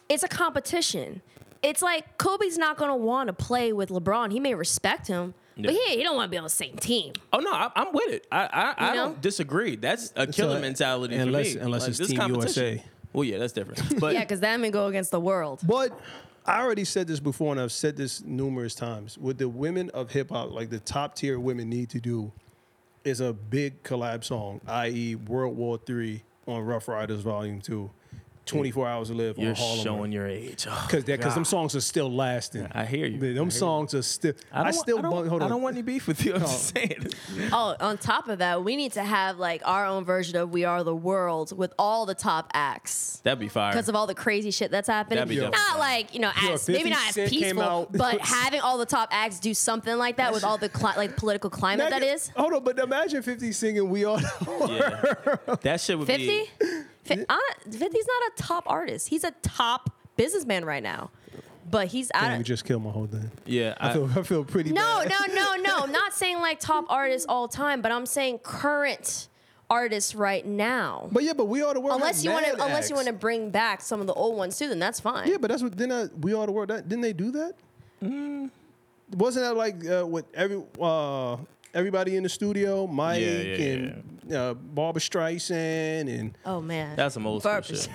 S2: it's a competition. It's like Kobe's not gonna want to play with LeBron. He may respect him, but
S1: Yeah.
S2: he he don't want to be on the same team.
S1: oh no, I, I'm with it. I I, I
S2: You know?
S1: don't disagree. That's a killer
S3: like-
S1: mentality for
S3: unless-
S1: me.
S3: unless it's
S1: this
S3: Team
S1: competition-
S3: USA.
S1: Well, yeah, that's different. But
S2: Oh, yeah, because that may go against the world.
S3: But I already said this before, and I've said this numerous times. What the women of hip hop, like the top tier women, need to do is a big collab song, i.e., World War Three on Rough Riders Volume Two, 24 Hours to Live
S1: you're
S3: on Harlem.
S1: showing your age. Oh,
S3: because because them
S1: God.
S3: songs are still lasting.
S1: I hear you.
S3: Them
S1: I hear you.
S3: songs are still. I,
S1: don't,
S3: still
S1: I don't,
S3: bun- hold
S1: I
S3: on.
S1: don't want any beef with you. I'm just saying.
S2: Oh, on top of that, we need to have like our own version of "We Are the World" with all the top acts
S1: That'd be fire.
S2: because of all the crazy shit that's happening.
S1: That'd be dope.
S2: Not like you know,
S3: Yo,
S2: as,
S3: 50
S2: maybe not as
S3: Cent came
S2: peaceful,
S3: out-
S2: but having all the top acts do something like that with all the cli- like political climate that
S3: Imagine-
S2: is.
S3: Hold on, but imagine 50 singing "We Are." The World.
S1: that shit would
S2: 50?
S1: be.
S2: Fi- hon- 50's not a top artist. He's a top businessman right now. But he's I
S3: Damn, you
S2: don't,
S3: just killed my whole thing.
S1: Yeah,
S3: I feel, I feel pretty.
S2: No,
S3: bad.
S2: no, no, no. I'm not saying like top artists all time, but I'm saying current artists right now.
S3: But yeah, but we are the world. had
S2: unless you want to
S3: mad
S2: unless you
S3: acts.
S2: want to bring back some of the old ones too, then that's fine.
S3: Yeah, but that's what didn't I, we all the world that didn't they do that? Wasn't that like uh, what every uh, everybody in the studio, Mike
S1: Yeah, yeah,
S3: and Uh, Barbara Streisand and
S2: oh man.
S1: that's some old school
S2: Burp.
S1: shit.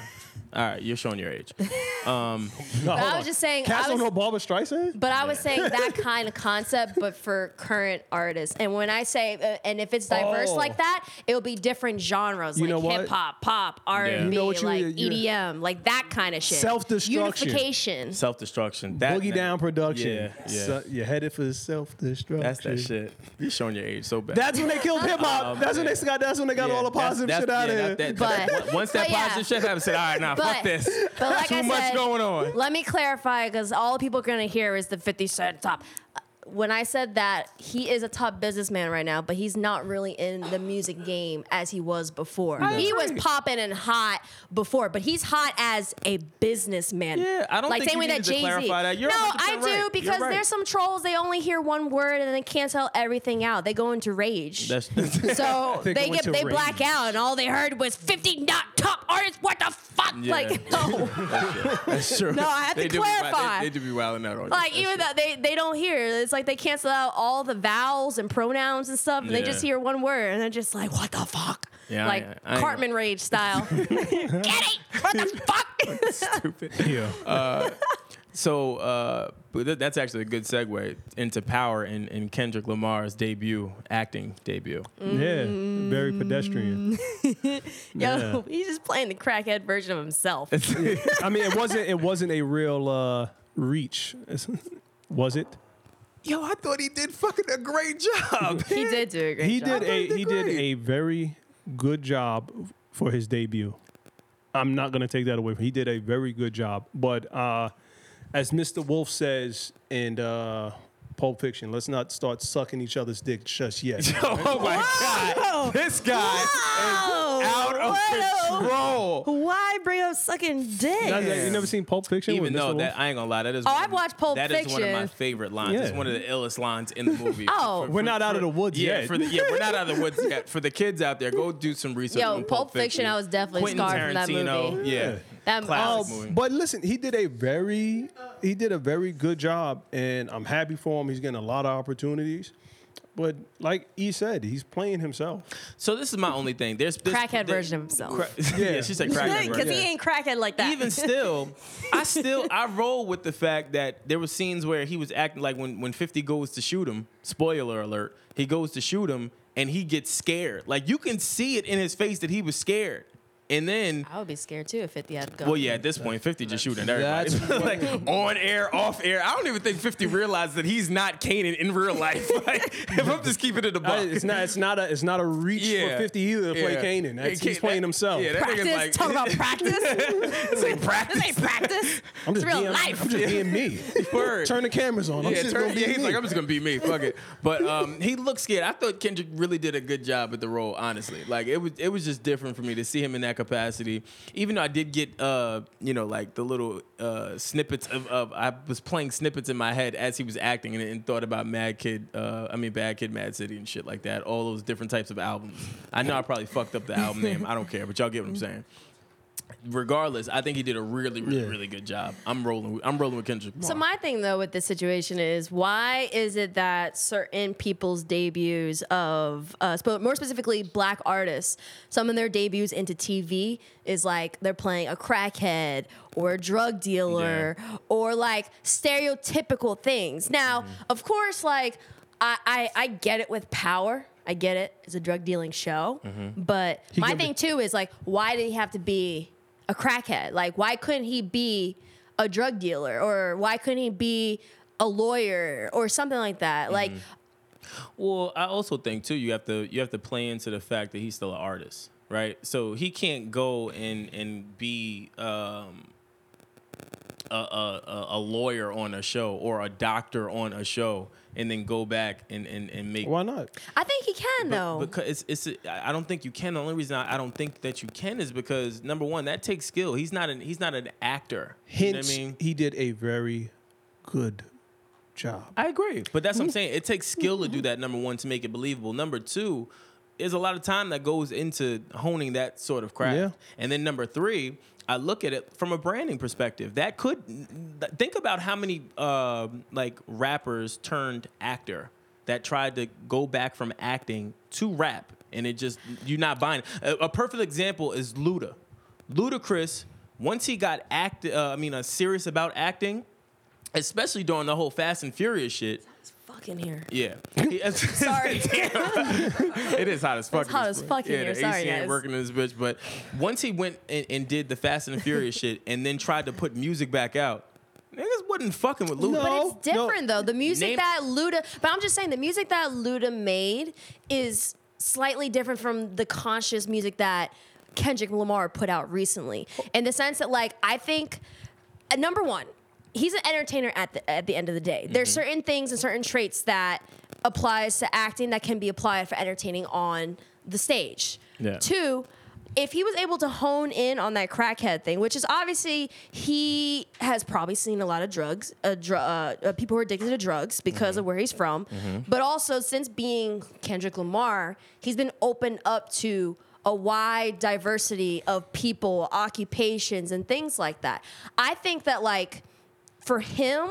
S1: All right, you're showing your age.
S3: no,
S2: But I was just saying
S3: Cats
S2: I
S3: don't
S2: was-
S3: know Barbara Streisand.
S2: But I was saying that kind of concept, but for current artists. And when I say, uh, and if it's diverse
S3: Oh.
S2: like that, it'll be different genres,
S3: You know
S2: like
S3: what?
S2: hip hop, pop, R
S1: Yeah.
S2: and
S1: You
S2: B,
S3: know what you-
S2: like
S3: you-
S2: EDM, like that kind of shit.
S3: Self-destruction.
S2: unification.
S1: Self destruction. That
S3: Boogie Down Production.
S1: Yeah, yeah.
S3: So- you're headed for self destruction.
S1: That's that shit. You're showing your age so bad.
S3: That's when they killed hip hop. that's when they got. That's when they got
S1: Yeah,
S3: all the
S1: that's-
S3: positive
S1: that's-
S3: shit out
S1: yeah,
S3: of
S1: that-
S3: here.
S1: that-
S2: But-
S1: that- once that
S2: but yeah.
S1: positive shit happens, I said, all right, nah, fuck this.
S2: But like
S1: Too
S2: I
S1: much
S2: said,
S1: going on.
S2: Let me clarify because all people are gonna hear is the 50 Cent top. Uh, when I said that he is a top businessman right now, but he's not really in the music game as he was before. He was popping and hot before, but he's hot as a businessman.
S1: Yeah, I don't
S2: like
S1: think
S2: same way
S1: you
S2: that
S1: needed to
S2: Jay Z.
S1: clarify that. You're
S2: no,
S1: 100%
S2: I do
S1: right. You're
S2: because
S1: right.
S2: there's some trolls. They only hear one word and they cancel everything out. They go into rage.
S1: That's
S2: so
S3: They
S2: they,
S3: go
S2: get
S3: into
S2: they
S3: rage.
S2: black out, and all they heard was 50 not top artists. What the fuck?
S1: Yeah.
S2: Like no.
S1: that's true.
S2: No, I had
S1: They
S2: to
S1: do be wi-
S2: clarify.
S1: They, they do be wilding out on you.
S2: like
S1: That's
S2: even
S1: true.
S2: though they, they don't hear it's like they cancel out all the vowels and pronouns and stuff and they
S1: Yeah.
S2: just hear one word and they're just like what the fuck
S1: Yeah,
S2: like
S1: I- I ain't-
S2: cartman rage style get it what the fuck
S4: Yeah.
S1: So, uh, but th- that's actually a good segue into Power and, and Kendrick Lamar's debut, acting debut.
S3: Mm.
S4: Yeah. Very pedestrian.
S2: yo he's just playing the crackhead version of himself
S3: I mean, it wasn't it wasn't a real uh,
S4: Reach. Was it?
S1: Yo, I thought he did fucking a great job.
S2: he did do a great
S4: he
S2: job
S4: did a
S1: did
S4: he did
S1: great.
S4: a very good job for his debut. I'm not gonna take that away from. He did a very good job, but uh, as Mr. Wolf says in uh, Pulp Fiction, let's not start sucking each other's dick just yet.
S1: oh my god, this guy
S2: Whoa!
S1: is out of
S2: Whoa!
S1: control.
S2: why bring up sucking dick
S4: Not that- you never seen Pulp Fiction?
S1: Even
S4: with Mr.
S1: though
S4: Wolf?
S1: that I ain't gonna lie, that is
S2: Oh,
S1: one
S2: I've
S1: of-
S2: watched Pulp
S1: That is one of my
S2: Fiction.
S1: favorite lines. It's
S4: Yeah.
S1: one of the illest lines in the movie.
S2: Oh.
S4: we're not out of the woods
S1: yeah,
S4: yet.
S1: for the, yeah, we're not out of the woods yet. For the kids out there, go do some research.
S2: Yo,
S1: on Pulp,
S2: Pulp Fiction, I was definitely
S1: Quentin
S2: scarred from that
S1: Tarantino,
S2: movie.
S1: Yeah,
S2: That-
S1: classic
S2: oh,
S1: movie.
S3: But listen, he did a very he did a very good job, and I'm happy for him. He's getting a lot of opportunities. But like he
S4: E
S3: said, he's playing himself.
S1: So this is my only thing. There's this,
S2: crackhead
S1: there-
S2: version of himself
S1: Cra- yeah. she said crackhead
S2: because
S1: version.
S2: he ain't crackhead like that
S1: Even still, I still I roll with the fact that there were scenes where he was acting like when when 50 goes to shoot him, spoiler alert, he goes to shoot him and he gets scared. Like you can see it in his face that he was scared. And then
S2: I would be scared too if 50 had a gun.
S1: well, yeah, at this point, 50 just shooting everybody. like on air, off air. I don't even think 50 realized that he's not Kanan in real life. Like, if I'm just keeping it a
S3: I-
S1: buck.
S3: it's not it's not a it's not a reach
S1: Yeah.
S3: for 50 either to play
S1: Yeah.
S3: Canaan. That's,
S1: Hey,
S3: he's
S1: Kanan,
S3: playing
S1: that-
S3: himself.
S1: Yeah, that
S2: practice.
S1: nigga's like
S2: Talk about practice. this ain't
S1: practice.
S2: This ain't practice.
S3: I'm just
S2: it's real
S3: being,
S2: life.
S3: I'm just being me.
S1: Word.
S3: Turn the cameras on. I'm
S1: yeah,
S3: just
S1: turn-
S3: gonna be
S1: yeah, he's
S3: me.
S1: like, I'm just gonna be me. Fuck it. But um, he looked scared. I thought Kendrick really did a good job at the role. Honestly, like it was, it was just different for me to see him in that capacity. Even though I did get, uh, you know, like the little uh, snippets of, of, I was playing snippets in my head as he was acting and, and thought about Mad Kid. Uh, I mean, Bad Kid, Mad City, and shit like that. All those different types of albums. I know I probably fucked up the album name. I don't care, but y'all get what I'm saying. Regardless, I think he did a really, really,
S3: Yeah.
S1: really good job. I'm rolling. With, I'm rolling with Kendrick.
S2: So my thing though with this situation is why is it that certain people's debuts of uh, sp- more specifically black artists, some of their debuts into TV is like they're playing a crackhead or a drug dealer or like stereotypical things. Now, of course, like I, I I get it with power. I get it. It's a drug dealing show, but my
S3: give
S2: thing
S3: it-
S2: too is like why did he have to be a crackhead? Like why couldn't he be a drug dealer or why couldn't he be a lawyer or something like that? Like
S1: Well, I also think too you have to you have to play into the fact that he's still an artist, right? So he can't go and and be um, a, a a- a lawyer on a show or a doctor on a show, and then go back and and, and make.
S3: Why not?
S2: I think he can though.
S1: Because it's, it's I I don't think you can. The only reason I, I don't think that you can is because number one, that takes skill. He's not an he's not an actor. you know what
S3: Hence,
S1: I mean,
S3: he did a very good job.
S1: I agree. Mm. But that's what I'm saying. It takes skill to do that, number one, to make it believable. Number two, there's a lot of time that goes into honing that sort of craft.
S3: Yeah.
S1: And then number three, I look at it from a branding perspective. That could think about how many uh, like rappers turned actor that tried to go back from acting to rap, and it just you're not buying. A, a perfect example is Luda. Ludacris, once he got act, uh, I mean, uh, serious about acting, especially during the whole Fast and Furious shit.
S2: it's fucking here.
S1: Yeah. Sorry. it is hot as fuck.
S2: It's hot
S1: in
S2: as
S1: this bitch.
S2: fuck in
S1: yeah,
S2: here.
S1: The
S2: Sorry,
S1: AC ain't
S2: guys.
S1: working in this bitch. But once he went and, and did the Fast and the Furious shit, and then tried to put music back out, niggas wasn't fucking with Luda.
S2: But
S3: No,
S2: it's different though. The music
S1: Name-
S2: that Luda, but I'm just saying the music that Luda made is slightly different from the conscious music that Kendrick Lamar put out recently. In the sense that like I think uh, number 1, he's an entertainer at the at the end of the day. There's certain things and certain traits that applies to acting that can be applied for entertaining on the stage.
S1: Yeah.
S2: Two, if he was able to hone in on that crackhead thing, which is obviously he has probably seen a lot of drugs, uh, dr- uh, uh, people who are addicted to drugs because of where he's from, but also since being Kendrick Lamar, he's been opened up to a wide diversity of people, occupations, and things like that. I think that like for him,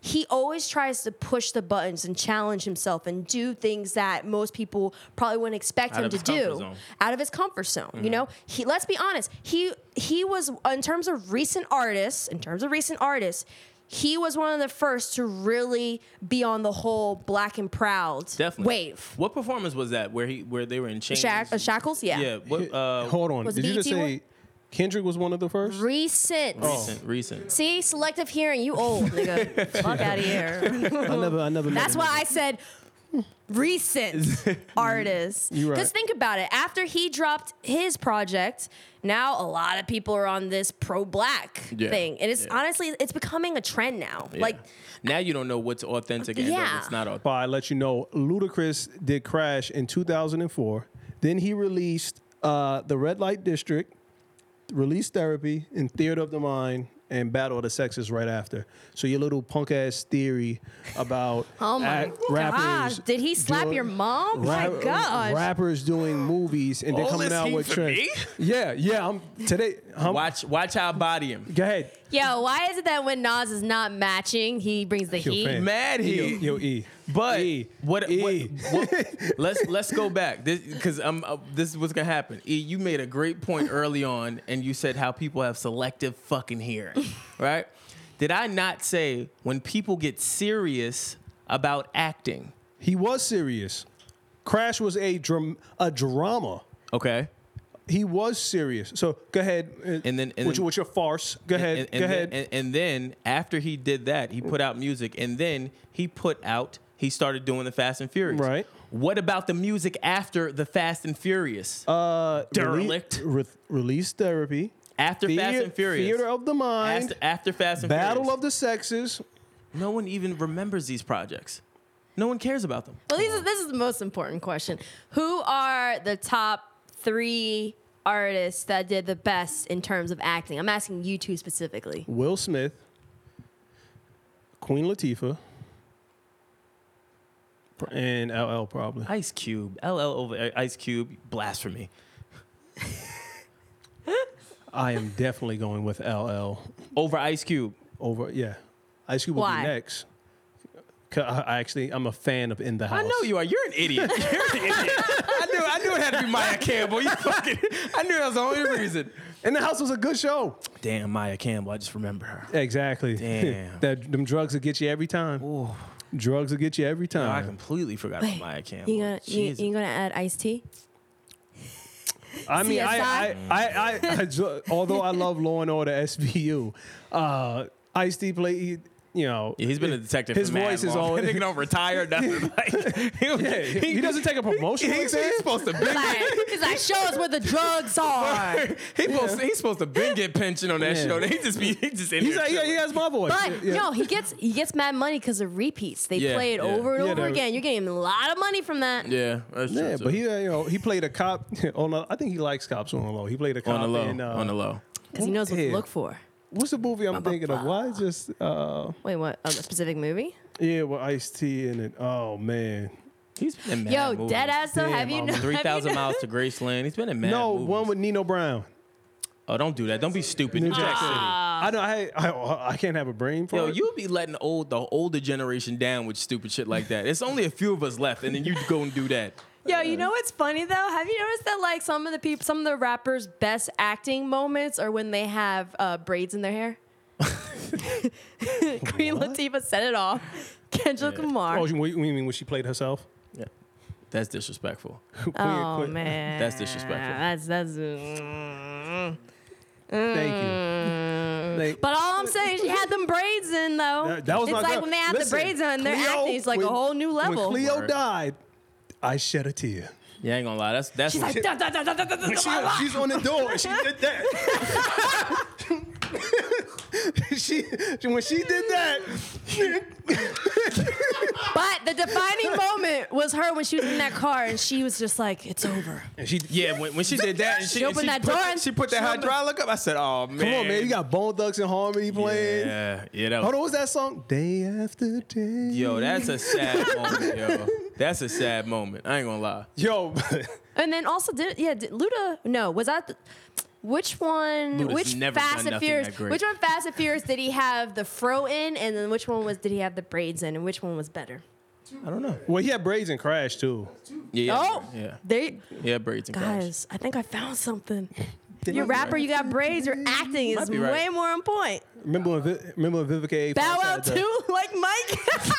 S2: he always tries to push the buttons and challenge himself and do things that most people probably wouldn't expect
S1: Out
S2: him
S1: of
S2: to
S1: his comfort
S2: do
S1: zone. Mm-hmm.
S2: out of his comfort zone. You know, he let's be honest. He he was in terms of recent artists, in terms of recent artists, he was one of the first to really be on the whole black and proud
S1: Definitely.
S2: wave.
S1: What performance was that? Where he where they were in chains?
S2: Shack, uh, shackles, yeah.
S1: yeah. What? Uh,
S3: Hold on.
S2: Was
S3: Did you just
S2: BET one?
S3: say Kendrick was one of the first?
S2: Recent.
S1: recent. Recent.
S2: See, selective hearing, you old nigga. Fuck out of here.
S4: I never, I never.
S2: That's why I said recent artists. Because
S3: You're right.
S2: think about it. After he dropped his project, now a lot of people are on this pro black
S1: Yeah.
S2: thing. And it's
S1: Yeah.
S2: honestly, it's becoming a trend now.
S1: Yeah.
S2: Like,
S1: now you don't know what's authentic and
S2: Yeah.
S1: what's not authentic.
S3: But I let you know, Ludacris did Crash in 2004. Then he released uh, The Red Light District, released Therapy, and Theater of the Mind, and Battle of the Sexes right after. So your little punk ass theory about
S2: oh my
S3: act-
S2: gosh, did he slap
S3: doing-
S2: your mom? Oh
S3: rap-
S2: my gosh.
S3: Rappers doing movies and they're
S1: All
S3: coming
S1: this
S3: out
S1: heat
S3: with
S1: for
S3: trends.
S1: me?
S3: Yeah, yeah. I'm today. I'm,
S1: Watch watch how I body him.
S3: Go ahead.
S2: Yo, why is it that when Nas is not matching, he brings the
S3: Yo,
S2: heat?
S3: fam.
S1: Mad
S3: Yo,
S1: heat.
S3: yo, E.
S1: But
S3: E.
S1: what,
S3: E.
S1: what, what- Let's let's go back. This because I'm uh, this is what's gonna happen. E, you made a great point early on, and you said how people have selective fucking hearing, right? Did I not say when people get serious about acting?
S3: He was serious. Crash was a dram- a drama.
S1: Okay.
S3: He was serious. So go ahead.
S1: And then- and
S3: what's,
S1: then-
S3: what's your farce? Go ahead.
S1: And,
S3: go
S1: and
S3: ahead.
S1: Then, and, and then after he did that, he put out music, and then he put out. He started doing the Fast and Furious.
S3: Right.
S1: What about the music after the Fast and Furious?
S3: uh,
S1: derelict.
S3: Rele- re- release therapy.
S1: after Fast
S3: Thea-
S1: and Furious.
S3: Theater of the mind.
S1: after, after Fast and
S3: Battle
S1: Furious.
S3: of the sexes.
S1: No one even remembers these projects. No one cares about them.
S2: Well, these is, this is the most important question. Who are the top three artists that did the best in terms of acting? I'm asking you two specifically.
S3: Will Smith. Queen Latifah. And LL probably.
S1: Ice Cube, LL over uh, Ice Cube, blasphemy.
S3: I am definitely going with LL
S1: Over Ice Cube.
S3: over. Yeah, Ice Cube will
S2: Why?
S3: be next. 'Cause I I actually, I'm a fan of In the House.
S1: I know you are. You're an idiot. You're an idiot. I knew. I knew it had to be Maya Campbell. You fucking. I knew that was the only reason.
S3: In the House was a good show.
S1: Damn, Maya Campbell. I just remember her.
S3: Exactly.
S1: Damn.
S3: that them drugs will get you every time. Drugs will get you every
S1: Oh, I
S3: time.
S1: completely forgot about Maya Campbell.
S2: You gonna you,
S1: Jesus.
S2: you gonna add iced tea?
S3: I mean, I, I,
S2: CSI?
S3: I, I, I ju- although I love Law and Order SVU, uh, Ice T play. he- You know,
S1: Yeah, he's been a detective.
S3: His
S1: for mad
S3: voice is
S1: long.
S3: always.
S1: That nigga don't retire. Nothing. Like, he,
S3: Yeah, he, he doesn't take a promotion.
S1: he's,
S3: like that.
S1: he's supposed to be
S2: Like, he's like, show us where the drugs are.
S1: he supposed, he's supposed to been get pension on that
S3: Yeah.
S1: show. He just be he just in
S3: He's
S1: there
S3: like, yeah,
S1: chilling.
S3: yeah, that's my voice.
S2: But
S3: Yeah.
S2: yo, he gets he gets mad money because of repeats. They
S1: Yeah,
S2: play it
S1: yeah.
S2: over and
S3: Yeah,
S2: over
S3: they-
S2: again. You're getting a lot of money from that.
S1: Yeah, that's true.
S3: Yeah,
S1: too.
S3: but he uh, you know he played a cop on. A, I think he likes cops on the low. He played a cop
S1: on the low,
S3: in, uh,
S1: on the low.
S2: Because he knows what to
S3: Yeah.
S2: look for.
S3: What's the movie I'm thinking of? Why is just uh
S2: Wait, what? A specific movie?
S3: yeah with Ice T in it? Oh man,
S1: He's been in mad
S2: Yo,
S1: movies.
S2: dead ass though.
S3: Damn,
S2: have you
S3: I'm
S2: know?
S1: Three thousand miles to Graceland. He's been in mad
S3: no
S1: movies.
S3: one with Nino Brown.
S1: oh, don't do that. Don't be stupid.
S3: New
S1: You
S3: Jack
S1: jack-
S3: City.
S2: Ah.
S3: I know I, I I can't have a brain for
S1: Yo,
S3: it.
S1: you be letting the old the older generation down with stupid shit like that. It's only a few of us left, and then you go and do that.
S2: Yo, you know what's funny though? Have you noticed that like some of the people, some of the rappers' best acting moments are when they have uh, braids in their hair? Queen Latifah set it off. Kendrick Lamar.
S3: Oh,
S2: Oh,
S3: you, what you mean when she played herself?
S1: Yeah, that's disrespectful.
S3: Queen- Queen-
S2: Oh, man,
S1: That's disrespectful.
S2: That's that's. mm.
S3: Thank you. Thank-
S2: But all I'm saying, is she had them braids in though.
S3: that, that was
S2: it's
S3: my
S2: like
S3: girl.
S2: when they have
S3: Listen,
S2: the braids on, their
S3: Cleo-
S2: acting is like
S3: when-
S2: a whole new
S3: when
S2: level.
S3: Cleo
S1: Word.
S3: died, I shed a tear.
S1: Yeah, I ain't gonna lie. That's that's
S2: She's like, da, da, da, da, da, da, da,
S3: She-
S2: da, da.
S3: she's on the door. and She did that. she when she did that,
S2: But the defining moment was her when she was in that car and she was just like, "It's over."
S3: and she
S1: Yeah, when, when she did that, and she,
S2: She
S1: and
S2: opened
S1: she
S2: that
S1: put,
S2: door and-
S1: She put that
S2: she opened-
S1: hydraulic up. I said, "Oh man,
S3: Come on, man. You got Bone Thugs and Harmony playing.
S1: yeah, yeah. That was,
S3: Hold on, what was that song? Day after day.
S1: Yo, that's a sad moment, yo. That's a sad moment. I ain't gonna lie.
S3: Yo,
S2: And then also did yeah, did Luda? No, was that the- which one?
S1: Luda's
S2: which
S1: never done
S2: Fast and
S1: nothing
S2: Furious?
S1: that great.
S2: Which one Fast and Furious did he have the fro in, and then which one was did he have the braids in, and which one was better?
S1: I don't know.
S3: well, he had braids and crash too.
S1: Yeah,
S2: oh,
S1: yeah,
S2: they
S1: yeah. Braids and curls.
S2: guys, I think I found something. Your rapper, you got braids. Your acting is
S1: Might be right.
S2: way more on point.
S3: Remember when? Vi- Remember when Vivica A.
S2: Bow
S3: Fox
S2: Wow
S3: had the-
S2: too, like Mike.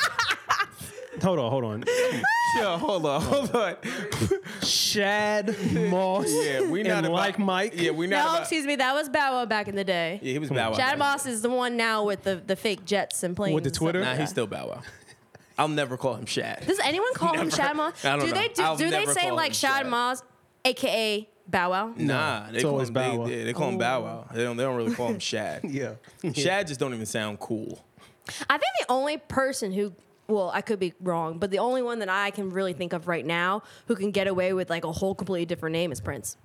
S3: Hold on, hold on.
S1: Yo, hold on, hold on.
S3: Shad Moss.
S1: Yeah, we
S3: and
S1: not about-
S3: like Mike.
S1: Yeah, we not.
S2: no,
S1: about-
S2: excuse me, that was Bow Wow back in the day.
S1: Yeah, he was Bow Wow.
S2: Chad Moss is the one now with the, the fake jets and planes.
S3: With the
S2: and stuff
S3: Twitter?
S1: Nah,
S2: like
S1: he's
S2: that.
S1: still Bow Wow. I'll never call him Shad.
S2: Does anyone call him
S1: Never.
S2: Shad Moss?
S1: I don't
S2: do
S1: know.
S2: they do,
S1: I'll
S2: do they
S1: never
S2: say
S1: call
S2: like
S1: him Mm.
S2: Shad
S1: Shad.
S2: Moss, aka Bow Wow?
S1: Nah, they
S3: So
S1: call
S3: it's
S1: him
S3: Bow
S1: Bow
S3: Wow.
S1: Wow. They, they call him Bow Wow. They don't. They don't really call him Shad.
S3: Yeah.
S1: Shad just don't even sound cool.
S2: I think the only person who well, I could be wrong, but the only one that I can really think of right now who can get away with like a whole completely different name is Prince.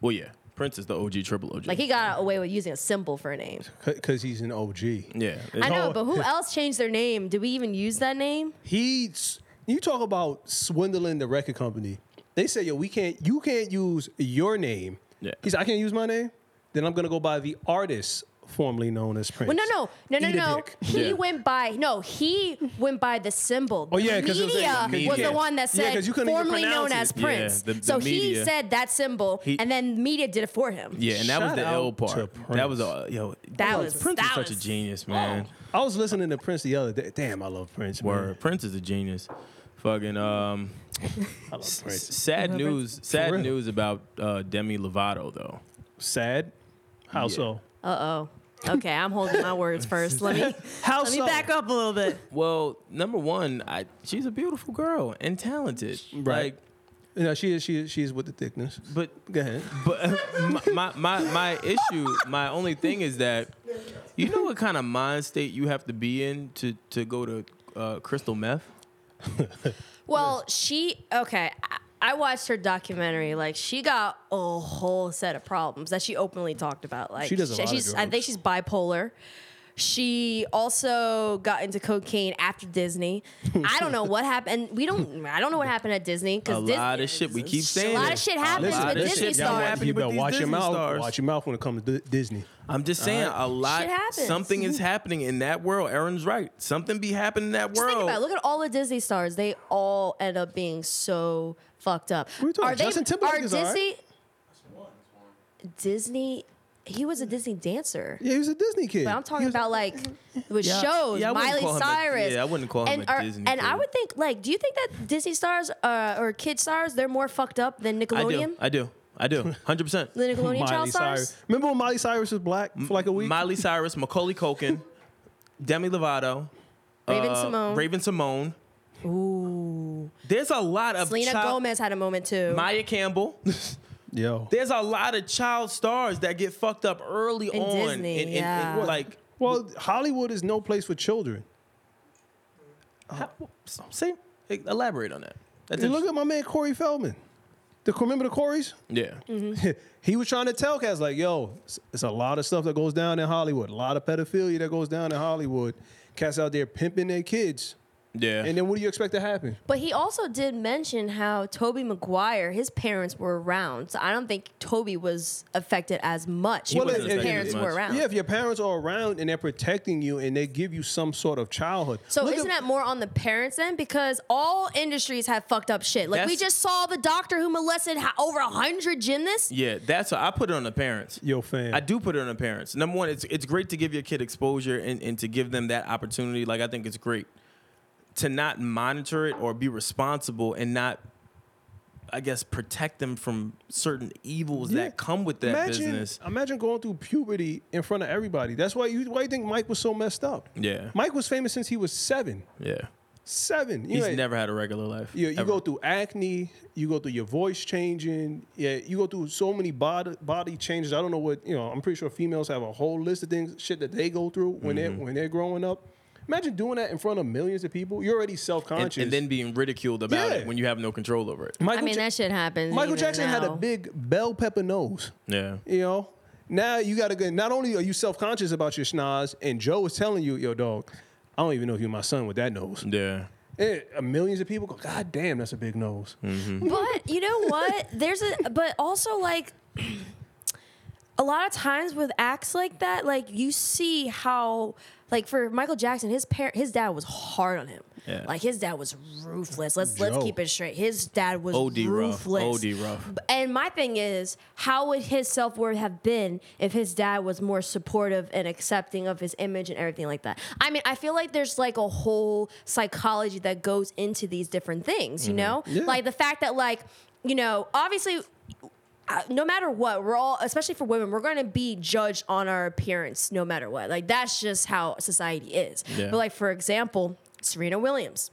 S1: Well, yeah, Prince is the OG triple OG.
S2: Like he got away with using a symbol for a name.
S3: Because he's an OG.
S1: yeah,
S2: I know,
S3: Oh.
S2: but who else changed their name? Do we even use that name?
S3: He's. You talk about swindling the record company. They say, yo, we can't. You can't use your name.
S1: Yeah.
S3: He's. I can't use my name. Then I'm gonna go by the artist formerly known as Prince.
S2: Well, no, no, no, no,
S3: Eat a
S2: no.
S3: dick.
S2: He
S1: Yeah.
S2: went by no. He went by the symbol.
S3: Oh, yeah, 'cause it was-
S2: media was,
S1: yeah,
S2: the
S1: media.
S2: one that
S3: Yeah,
S2: said
S3: 'cause you couldn't even
S2: formerly known
S3: pronounce
S2: as
S3: it.
S2: Prince.
S1: Yeah, the- the
S2: so he
S1: media.
S2: said that symbol,
S1: He-
S2: and then media did it for him.
S1: Yeah, and that was
S3: Shout
S1: the
S3: out
S1: ill
S3: to
S1: part.
S3: Prince.
S1: That was all. Yo,
S2: That
S1: yo,
S2: was-
S1: Prince
S2: that
S1: is such
S2: was-
S1: a genius, man.
S3: I was listening to Prince the other day. Damn, I love Prince. man.
S1: Word, Prince is a genius. Fucking um,
S3: I love
S1: s-
S3: Prince.
S1: sad news. Sad
S3: real.
S1: news about uh, Demi Lovato though.
S3: Sad. How so?
S2: Uh oh. Okay, I'm holding my words first. Let me
S3: How
S2: let me
S3: so?
S2: back up a little bit.
S1: Well, number one, I she's a beautiful girl and talented.
S3: Right.
S1: Like,
S3: No, she is. She is. She is with the thickness.
S1: but
S3: Go ahead.
S1: but uh, my, my my my issue, my only thing is that you know what kind of mind state you have to be in to to go to uh, crystal meth.
S2: Well, she okay. I, I watched her documentary. Like she got a whole set of problems that she openly talked about. Like
S3: She does a lot of
S2: she's, I think
S3: drugs.
S2: she's bipolar. She also got into cocaine after Disney. I don't know what happened. and We don't. I don't know what happened at Disney because
S1: A lot of shit we keep saying.
S2: A lot
S1: it.
S2: of shit happens
S1: lot
S3: Uh,
S2: with
S1: of
S2: Disney
S1: shit y'all
S2: stars.
S1: happening
S3: You
S1: with
S3: better
S1: these
S3: watch your
S1: Disney
S3: mouth.
S1: stars.
S3: Watch your mouth when it comes to Disney.
S1: I'm just saying, a lot.
S2: happens.
S1: Something is happening in that world. Aaron's right. Something be happening in that
S2: Just
S1: world.
S2: think about it. Look at all the Disney stars. They all end up being so fucked up.
S3: What are you talking about?
S2: they,
S3: Justin Timberlake
S2: are
S3: is all right.
S2: Disney? Disney. He was a Disney dancer.
S3: Yeah, he was a Disney kid.
S2: But I'm talking about like with
S1: Yeah,
S2: shows,
S1: yeah, I wouldn't
S2: Miley
S1: call him a-
S2: Cyrus.
S1: yeah, I wouldn't call him
S2: and
S1: a
S2: are-
S1: Disney
S2: And I
S1: kid.
S2: would think like, do you think that Disney stars uh, or kid stars they're more fucked up than
S1: I do.
S2: Nickelodeon?
S1: I do. I do. Hundred percent.
S2: The Nickelodeon child stars.
S3: Cyrus. Remember when Miley Cyrus was black for like a week?
S1: Miley Cyrus, Macaulay Culkin, Demi Lovato,
S2: Raven
S1: uh,
S2: Simone.
S1: Raven Simone. Ooh. There's a lot of
S2: Selena
S1: child-
S2: Gomez had a moment too.
S1: Maya Campbell.
S3: Yo.
S1: There's a lot of child stars that get fucked up early
S2: In
S1: on.
S2: Disney,
S1: in- in- in,
S2: yeah.
S1: like
S3: Well, Hollywood is no place for children.
S1: say elaborate on that. That's
S3: And look at my man Corey Feldman. The remember the Corys?
S1: interesting. yeah.
S3: he was trying to tell cats like, "Yo, it's, it's a lot of stuff that goes down in Hollywood. A lot of pedophilia that goes down in Hollywood. Cats out there pimping their kids.
S2: Mm-hmm.
S1: Yeah.
S3: And then what do you expect to happen?
S2: But he also did mention how Toby Maguire, his parents were around. So I don't think Toby was affected as much
S1: Well,
S2: because
S1: it-
S2: his
S1: it-
S2: parents
S1: it-
S2: were around.
S3: Yeah, if your parents are around and they're protecting you and they give you some sort of childhood.
S2: So
S3: Look at-
S2: isn't that more on the parents end? Because all industries have fucked up shit. Like we
S1: That's-
S2: just saw the doctor who molested ho- over hundred gymnasts.
S1: Yeah, that's I put it on the parents.
S3: Yo, fam.
S1: I do put it on the parents. Number one, it's it's great to give your kid exposure and, and to give them that opportunity. Like I think it's great to not monitor it or be responsible and not, I guess, protect them from certain evils
S3: Yeah.
S1: that come with that
S3: imagine,
S1: business.
S3: Imagine going through puberty in front of everybody. That's why you why you think Mike was so messed up.
S1: Yeah.
S3: Mike was famous since he was seven.
S1: Yeah,
S3: Seven. You
S1: He's
S3: ain't-
S1: never had a regular life.
S3: Yeah, you
S1: ever.
S3: go through acne, you go through your voice changing. Yeah, you go through so many body body changes. I don't know what you know. I'm pretty sure females have a whole list of things, shit that they go through when
S1: Mm-hmm.
S3: they're when they're growing up. Imagine doing that in front of millions of people. You're already self
S1: and,
S3: conscious.
S1: and then being ridiculed about
S3: Yeah.
S1: it when you have no control over it.
S3: Michael
S2: I mean,
S3: Ja-
S2: that shit happens.
S3: Michael
S2: even
S3: Jackson had a
S2: now.
S3: big bell pepper nose.
S1: Yeah.
S3: You know, now you got to go. Not only are you self conscious about your schnoz, and Joe is telling you, yo, dog, I don't even know if you're my son with that nose.
S1: Yeah.
S3: Eh, millions of people go, God damn, that's a big nose.
S1: Hmm.
S2: But you know what? There's a but also like a lot of times with acts like that, like you see how like for Michael Jackson, his parent his dad was hard on him.
S1: Yeah.
S2: Like his dad was ruthless. Let's let's
S3: Joe.
S2: keep it straight. His dad was
S1: OD rough.
S2: ruthless.
S1: OD rough.
S2: B- And my thing is, how would his self worth have been if his dad was more supportive and accepting of his image and everything like that? I mean, I feel like there's like a whole psychology that goes into these different things, you know? Like the fact that, like, you know, obviously uh, no matter what, we're all, especially for women, we're going to be judged on our appearance no matter what. Like, that's just how society is.
S1: Yeah.
S2: But, like, for example, Serena Williams.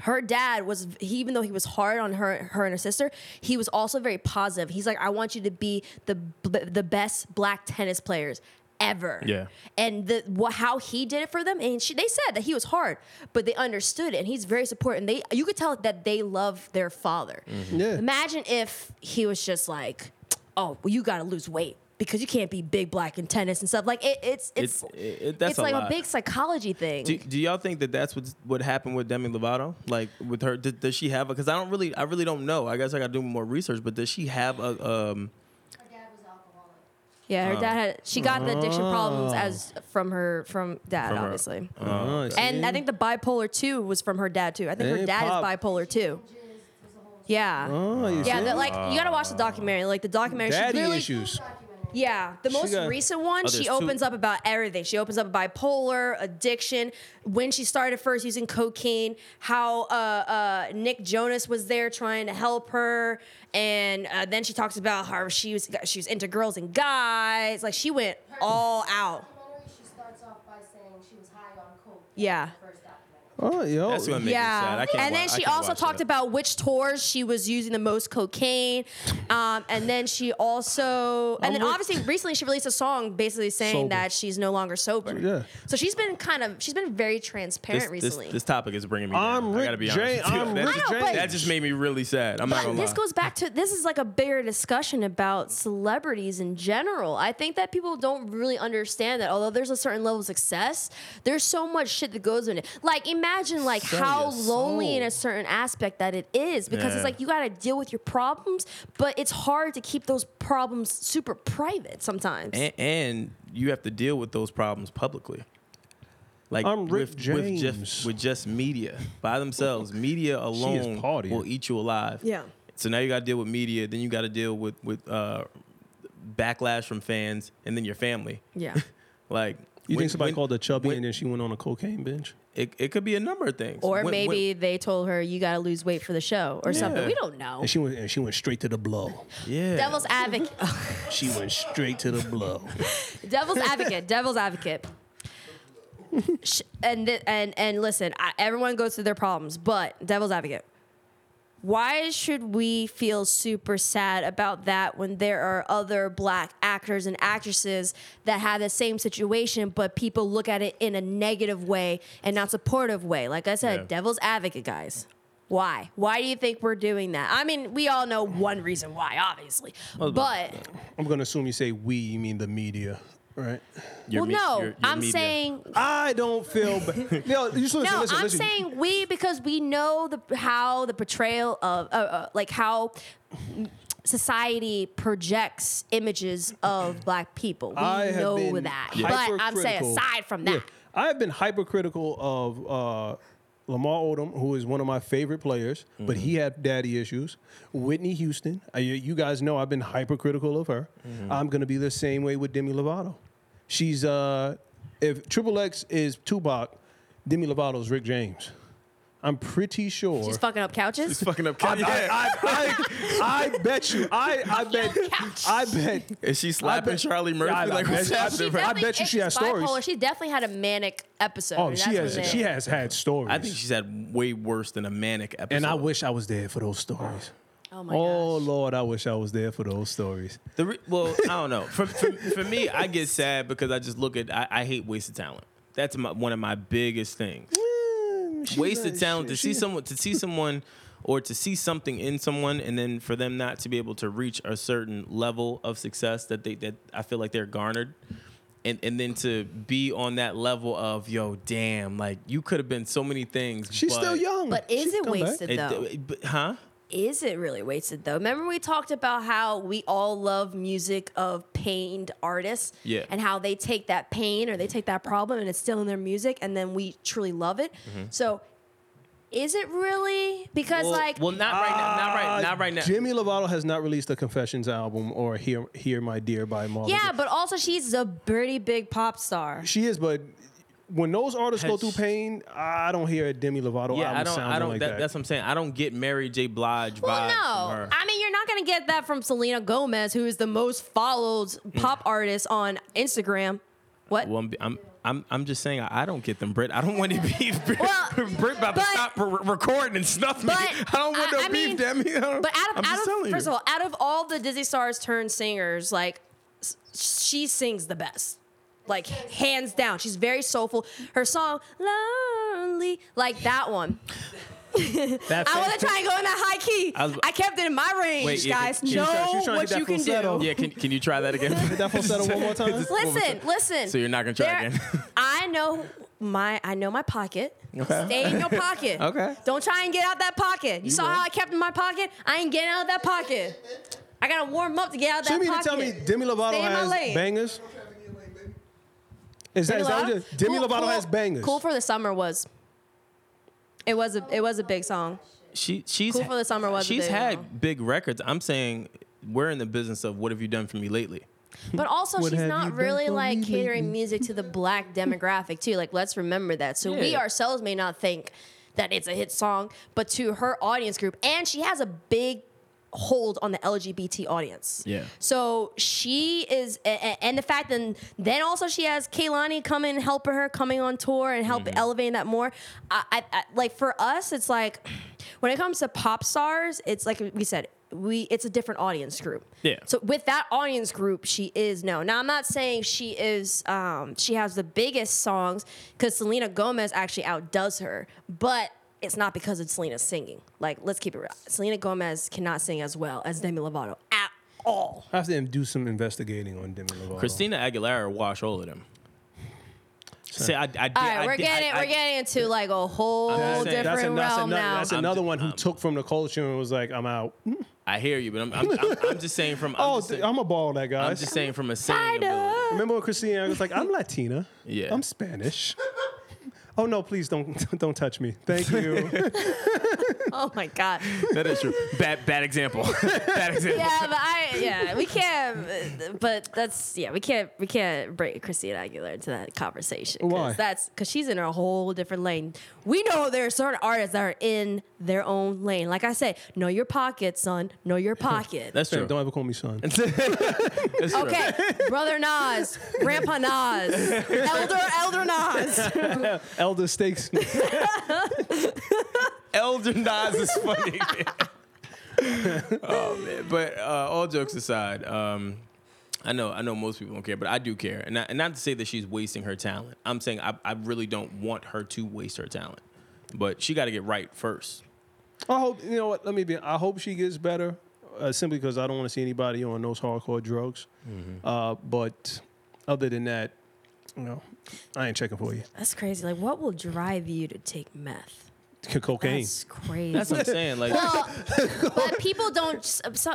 S2: Her dad was, he, even though he was hard on her, her and her sister, he was also very positive. He's like, I want you to be the the best black tennis players ever.
S1: Yeah.
S2: And the what, how he did it for them, and she, they said that he was hard, but they understood it, and he's very supportive. And they, you could tell that they love their father.
S1: Mm-hmm.
S3: Yeah.
S2: Imagine if he was just like, "Oh, well, you got to lose weight because you can't be big black in tennis and stuff." Like it, it's it's
S1: It's- it- it- that's
S2: it's
S1: a
S2: like a
S1: lot.
S2: big psychology thing.
S1: Do, do y'all think that that's what what happened with Demi Lovato? Like with her, did, does she have a? Because I don't really, I really don't know. I guess I got to do more research. But does she have a? Um,
S2: yeah,
S3: Uh,
S2: her dad had she got the addiction problems as from her from dad,
S1: From her.
S2: obviously.
S3: oh.
S1: Uh-huh.
S3: Uh,
S2: And I think the bipolar two was from her dad too. I think her
S3: Hey,
S2: dad
S3: Pop. Oh.
S2: is bipolar too. Yeah. yeah, the, like you gotta watch the documentary. Like the documentary, she
S3: daddy
S2: literally-
S3: issues.
S2: Yeah, the most
S3: got-
S2: recent one,
S1: Oh,
S2: she
S1: there's
S2: opens
S1: two.
S2: up about everything. She opens up bipolar, addiction, when she started first using cocaine, how uh, uh, Nick Jonas was there trying to help her, and uh, then she talks about how she was she was into girls and guys. Like she went all out.
S5: She starts off by saying she was high on coke.
S2: Yeah.
S5: First documentary.
S3: Oh, yo.
S1: that's what made me sad. I
S2: Yeah,
S1: can't
S2: and
S1: wa-
S2: then
S1: I
S2: she
S1: can't
S2: also
S1: watch
S2: talked
S1: that.
S2: about which tours she was using the most cocaine, um, and then she also, and then obviously recently she released a song basically saying
S3: Sober.
S2: that she's no longer sober.
S3: Yeah.
S2: So she's been kind of she's been very transparent
S1: this, this,
S2: recently.
S1: this topic is bringing me.
S3: I'm
S1: down. I
S3: Rick
S1: gotta be
S3: Jay-
S1: honest. with you.
S3: I'm
S1: that,
S3: Rick
S1: just,
S2: I know, but-
S1: that just made me really sad. I'm not
S2: but
S1: gonna
S2: this
S1: lie.
S2: goes back to this is like a bigger discussion about celebrities in general. I think that people don't really understand that although there's a certain level of success, there's so much shit that goes in it. Like imagine like
S1: Sell
S2: how
S1: your
S2: lonely
S1: soul.
S2: in a certain aspect that it is because
S1: Yeah.
S2: it's like you got to deal with your problems, but it's hard to keep those problems super private sometimes.
S1: and, and you have to deal with those problems publicly. Like
S3: I'm Rick
S1: with, with
S3: James.
S1: just with just media by themselves, media alone
S3: partying.
S1: will eat you alive.
S2: Yeah.
S1: So now you got to deal with media, then you got to deal with with uh, backlash from fans, and then your family.
S2: yeah.
S1: Like
S3: You think somebody called her chubby
S1: when-
S3: and then she went on a cocaine binge?
S1: It, it could be a number of things.
S2: Or
S1: When- when-
S2: maybe they told her you got to lose weight for the show or something.
S1: Yeah.
S2: We don't know.
S3: And she went and she went straight to the blow.
S1: yeah.
S2: Devil's advocate.
S3: She went straight to the blow.
S2: devil's advocate devil's advocate Sh- and th- and and listen I, everyone goes through their problems but devil's advocate why should we feel super sad about that when there are other black actors and actresses that have the same situation but people look at it in a negative way and not supportive way like i said
S1: Yeah.
S2: devil's advocate guys why why do you think we're doing that i mean we all know one reason why obviously but
S3: I'm gonna assume you say we, you mean the media, right?
S1: your
S2: well
S1: me-
S2: no
S1: your- your
S2: i'm
S1: media.
S2: saying
S3: I don't feel bad. No, you just listen,
S2: No,
S3: listen,
S2: I'm
S3: listen.
S2: saying we because we know the how the portrayal of uh, uh, like how society projects images of black people. We
S3: I have
S2: know
S3: been
S2: that. But I'm saying
S3: hypercritical.
S2: aside from that,
S3: Yeah. I have been hypercritical of uh, Lamar Odom, who is one of my favorite players, but he had daddy issues. Whitney Houston, I, you guys know I've been hypercritical of her. I'm going to be the same way with Demi Lovato. She's, uh, if Triple X is Tupac, Demi Lovato's Rick James. I'm pretty sure.
S2: She's fucking up couches.
S1: It's fucking up.
S3: I,
S1: Kanye.
S3: I, I, I, I bet you. I, I bet. I bet.
S1: Is she slapping
S3: bet-
S1: Charlie Murphy?
S3: Yeah, I- I
S1: like,
S3: bet-
S1: what's
S3: I
S1: happening?
S3: bet-
S1: right
S3: I bet you she has
S2: it's bipolar.
S3: stories.
S2: She definitely had a manic episode.
S3: Oh,
S2: That's
S3: she has.
S2: what it
S3: She
S2: is.
S3: has had stories.
S1: I think she's had way worse than a manic episode.
S3: and I wish I was there for those stories.
S2: Oh my
S3: Oh
S2: gosh.
S3: Lord, I wish I was there for those stories.
S1: The re- well, I don't know. For, for, for me, I get sad because I just look at. I, I hate wasted talent. That's my, one of my biggest things.
S3: Mm,
S1: wasted talent to see someone to see someone or to see something in someone and then for them not to be able to reach a certain level of success that they that I feel like they're garnered and and then to be on that level of yo damn like you could have been so many things
S3: She's
S1: but
S3: still young.
S2: But
S3: She
S2: is it
S3: come back.
S2: wasted
S1: it-
S2: though?
S1: it- but- huh
S2: is it really wasted though? Remember we talked about how we all love music of pained artists,
S1: Yeah.
S2: and how they take that pain or they take that problem and it's still in their music, and then we truly love it. So, is it really? Because
S1: Mm-hmm. well,
S2: like,
S1: well not right now not right
S3: Ah,
S1: not right now
S3: Jimmy Lovato has not released a Confessions album or "Hear Hear My Dear" by Marlon.
S2: yeah, but also she's a pretty big pop star.
S3: she is. But when those artists go
S1: Has-
S3: through pain, I don't hear a Demi Lovato
S1: yeah
S3: album
S1: I don't
S3: sounding
S1: I don't
S3: like
S1: that,
S3: that.
S1: that's what I'm saying I don't get Mary J Blige
S2: Well,
S1: vibes from
S2: no.
S1: her.
S2: I mean, you're not going to get that from Selena Gomez, who is the most followed
S1: Mm.
S2: pop artist on Instagram. What?
S1: Well, I'm, I'm, I'm, I'm just saying I I don't get them, Brit. I don't want to be Brit,
S2: Well,
S1: Brit about
S2: but-
S1: to stop re- recording and snuff me.
S2: but
S1: I don't want
S2: I-
S1: no
S2: I
S1: beef,
S2: mean,
S1: Demi. I don't-
S2: But out
S1: I'm
S2: of,
S1: just
S2: out
S1: telling
S2: of
S1: you.
S2: first of all, out of all the Disney stars turned singers, like s- she sings the best. Like hands down, she's very soulful. Her song "Lonely," like that one.
S3: That
S2: I
S3: fat-
S2: wasn't trying to go in that high key.
S1: I
S2: I,
S1: was-
S2: kept it in my range,
S1: Wait, yeah,
S2: guys.
S1: can- can you
S2: know
S1: try-
S3: she's trying to
S2: what
S3: get
S2: you
S3: that
S2: can
S3: falsetto.
S2: do.
S1: yeah, can, can you try that again?
S3: that falsetto one more time.
S2: Listen, listen.
S1: So you're not gonna try again?
S2: I know my I know my pocket.
S1: Okay.
S2: Stay in your pocket.
S1: Okay.
S2: Don't try and get out that pocket. You, saw
S1: will.
S2: how I kept in my pocket. I ain't getting out of that pocket. I gotta warm up to get out
S3: So you
S2: that
S3: mean to
S2: pocket.
S3: tell me Demi Lovato
S2: Stay in my
S3: has
S2: lane.
S3: bangers? Is that, is that what you- Demi
S2: Cool-
S3: Lovato
S2: cool-
S3: has bangers.
S2: Cool for the summer was. It was a it was a big song.
S1: she, she's
S2: Cool for the Summer was a
S1: she's
S2: big
S1: had
S2: one.
S1: big records. I'm saying we're in the business of what have you done for me lately?
S2: But also,
S3: What
S2: she's
S3: have you
S2: not
S3: done
S2: really
S3: for
S2: like
S3: me
S2: catering
S3: lately?
S2: music to the black demographic too. Like, let's remember that. So we
S1: Yeah.
S2: ourselves may not think that it's a hit song, but to her audience group, and she has a big hold on the LGBT audience.
S1: Yeah.
S2: So she is, a- a- and the fact that then also she has Kaylani come in, helping her coming on tour and help elevating that more. I, I, I like for us, it's like when it comes to pop stars, it's like we said. We it's a different audience group.
S1: Yeah.
S2: So with that audience group, she is no. Now I'm not saying she is. Um, she has the biggest songs because Selena Gomez actually outdoes her, but it's not because of Selena's singing. Like let's keep it real. Selena Gomez cannot sing as well as Demi Lovato at all.
S3: I have to do some investigating on Demi Lovato.
S1: Christina Aguilera wash all of them. See, I, I did.
S2: All right,
S1: I
S2: we're
S1: did-
S2: getting
S1: I,
S2: we're
S1: I-
S2: getting into like a whole
S1: That's
S2: different
S1: it.
S3: that's, an-
S2: realm
S3: that's another,
S2: now.
S3: that's
S1: I'm um,
S3: another
S1: ju-
S3: one who took from the culture and was like, "I'm out."
S1: I hear you, but I'm, I'm, I'm, I'm just saying from. I'm
S3: oh,
S1: just saying,
S3: I'm a ball that guy.
S1: I'm just saying from a singing. ability.
S3: Remember when Christina was like, "I'm Latina.
S1: Yeah.
S3: I'm Spanish." oh no, please don't don't touch me. Thank you.
S2: oh my god.
S1: That is true. Bad, bad example. bad example.
S2: Yeah, but I yeah we can't. But that's yeah we can't we can't bring Christina Aguilera into that conversation. 'cause
S3: Why?
S2: That's because she's in a whole different lane. We know there are certain artists that are in their own lane. Like I said, know your pocket, son. Know your pocket.
S1: That's true.
S3: Don't ever call me son.
S1: That's true.
S2: okay, brother Nas, grandpa Nas, elder elder Nas.
S3: Elder stakes.
S1: Elder Nas is funny. oh man! But uh, all jokes aside, um, I know I know most people don't care, but I do care, and, I, and not to say that she's wasting her talent. I'm saying I, I really don't want her to waste her talent, but she got to get right first.
S3: I hope you know what. Let me be. I hope she gets better, uh, simply because I don't want to see anybody on those hardcore drugs. Uh, but other than that, you know, I ain't checking for you.
S2: That's crazy. Like, what will drive you to take meth?
S3: C- cocaine.
S2: That's crazy.
S1: That's what I'm saying. Like,
S2: Well, but people don't. uh, So,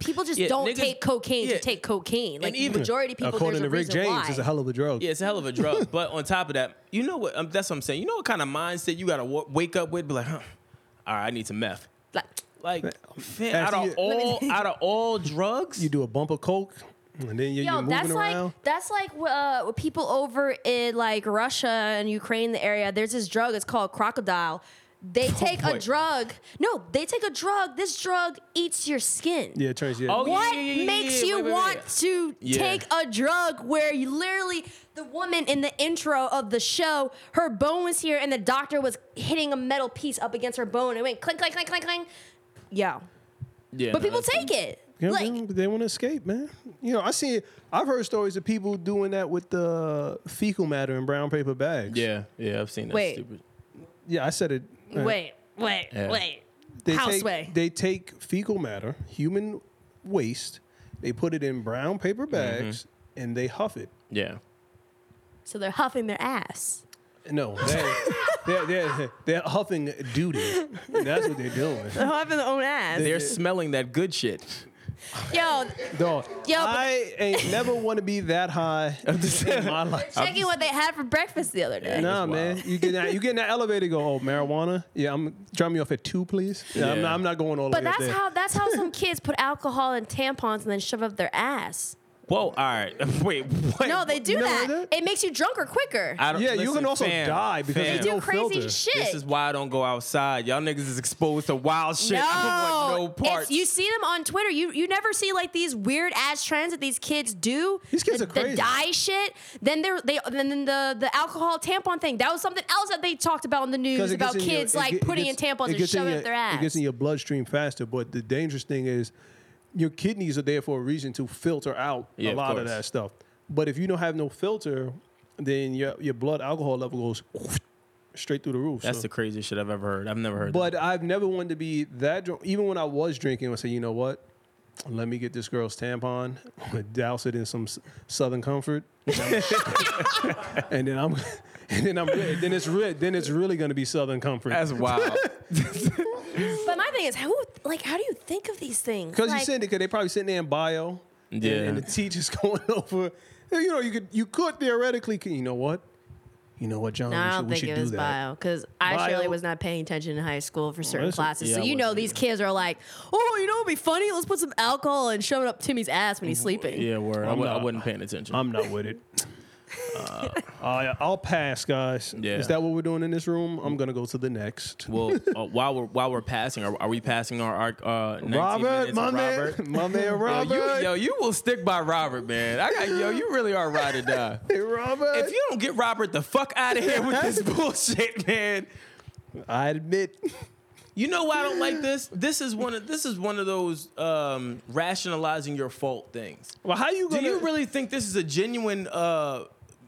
S2: people just
S1: Yeah,
S2: don't
S1: niggas-
S2: take cocaine
S1: yeah.
S2: to take cocaine. Like
S1: even-
S2: the majority of people,
S3: According
S2: there's
S3: to
S2: a
S3: Rick
S2: reason
S3: James,
S2: why.
S3: it's a hell of a drug.
S1: yeah, it's a hell of a drug. but on top of that, you know what? Um, that's what I'm saying. You know what kind of mindset you got to w- wake up with? Be like, huh? All right, I need some meth.
S2: Like,
S1: Like, fam, out
S3: After
S1: of
S3: you-
S1: all out of all drugs,
S3: You do a bump of coke, and then you're,
S2: yo,
S3: you're moving
S2: that's
S3: around.
S2: like that's like uh, with people over in like Russia and Ukraine, the area. There's this drug. It's called crocodile. They take a
S1: wait.
S2: drug. No, they take a drug. This drug eats your skin.
S3: Yeah, it turns yeah.
S1: Oh,
S2: What
S1: yeah, yeah, yeah,
S2: makes
S1: yeah,
S2: you
S1: wait, wait,
S2: want
S1: wait.
S2: to
S1: Yeah.
S2: take a drug where you literally the woman in the intro of the show, her bone was here and the doctor was hitting a metal piece up against her bone and it went clink clink clink clink clink. Yeah.
S1: Yeah,
S2: But
S1: no,
S2: people
S1: that's-
S2: take it.
S3: Yeah,
S2: like
S3: man, but they want to escape, man. You know, I see. I've heard stories of people doing that with the fecal matter in brown paper bags.
S1: Yeah, yeah, I've seen that.
S2: Wait.
S1: Stupid.
S3: yeah. I said it. uh,
S2: wait, wait,
S1: Yeah.
S2: wait.
S3: they
S2: Houseway.
S3: take, They take fecal matter, human waste. They put it in brown paper bags and they huff it.
S1: Yeah.
S2: so they're huffing their ass.
S3: No, they, they're, they're, they're huffing duty. That's what they're doing.
S2: They're huffing their own ass.
S1: They're smelling that good shit.
S2: Yo,
S3: Dog,
S2: Yeah, but-
S3: I ain't never want to be that high in my life.
S2: checking what they had for breakfast the other day.
S3: Nah,
S1: That's wild.
S3: man, you get that, you get in that elevator. Go, oh, marijuana. Yeah, I'm drop me off at two, please. Yeah, I'm,
S1: Yeah.
S3: not, I'm not going all the
S2: But
S3: way up
S2: that's
S3: there.
S2: how that's how some kids put alcohol in tampons and then shove up their ass.
S1: Whoa, all right. Wait, what?
S2: No, they do
S3: never
S2: that.
S3: heard that?
S2: It makes you drunker quicker.
S1: I don't,
S3: Yeah, you
S1: listen,
S3: can also
S1: fam,
S3: die because
S1: fam,
S2: they
S3: there's
S2: do
S3: no
S2: crazy
S3: filter.
S2: shit.
S1: This is why I don't go outside. Y'all niggas is exposed to wild shit. I
S2: no,
S1: don't want no parts.
S2: If you see them on Twitter, you you never see like these weird ass trends that these kids do.
S3: These kids
S2: the,
S3: are crazy.
S2: The dye shit. Then they're, they then then the the alcohol tampon thing. That was something else that they talked about in the news
S3: it gets
S2: about
S3: in your-
S2: kids
S3: it
S2: like
S3: get- it
S2: putting
S3: gets-
S2: in tampons
S3: it
S2: and
S3: gets in
S2: shoving
S3: your-
S2: up their
S3: It gets
S2: ass.
S3: in your bloodstream faster, but the dangerous thing is your kidneys are there for a reason to filter out
S1: Yeah,
S3: a
S1: of
S3: lot of
S1: course.
S3: that stuff. But if you don't have no filter, then your your blood alcohol level goes straight through the roof.
S1: That's
S3: so.
S1: the craziest shit I've ever heard. I've never heard
S3: But I've never wanted to be that drunk. Even when I was drinking, I would say, you know what? Let me get this girl's tampon, I'm gonna douse it in some s- Southern Comfort, and then I'm, and then I'm, good. then it's re- then it's really gonna be Southern Comfort.
S1: that. That's wild.
S2: But my thing is, who like how do you think of these things?
S3: Because
S2: Like,
S3: you said it, because they probably sitting there in bio, and-
S1: Yeah.
S3: and, the teacher's going over. You know, you could you could theoretically, you know what, you know what, John,
S2: No,
S3: we
S2: I
S3: should,
S2: don't
S3: we
S2: think
S3: should
S2: it
S3: do
S2: was
S3: that.
S2: bio because I
S3: Bio-
S2: surely was not paying attention in high school for certain
S3: that's-
S2: classes.
S1: yeah,
S2: so
S1: I
S2: you know
S1: wasn't
S2: these kids are like, oh, you know what'd be funny? Let's put some alcohol and shove it up Timmy's ass when he's
S3: Mm-hmm.
S2: sleeping.
S1: yeah, word. I,
S3: I'm
S1: w- I
S3: not-
S1: wasn't paying attention.
S3: I'm not with it. Uh, I, I'll pass, guys.
S1: Yeah.
S3: Is that what we're doing in this room? I'm gonna go to the next.
S1: well, uh, while we're while we're passing, are, are we passing our arc? Uh, 19 minutes of Robert?
S3: my man,
S1: Yo,
S3: Robert,
S1: you, yo, you will stick by Robert, man. I got yo, you really are ride or die.
S3: Hey, Robert.
S1: If you don't get Robert the fuck out of here with this bullshit, man.
S3: I admit,
S1: You know why I don't like this? This is one of this is one of those um, rationalizing your fault things.
S3: well, how you
S1: Do
S3: gonna?
S1: you really think this is a genuine uh,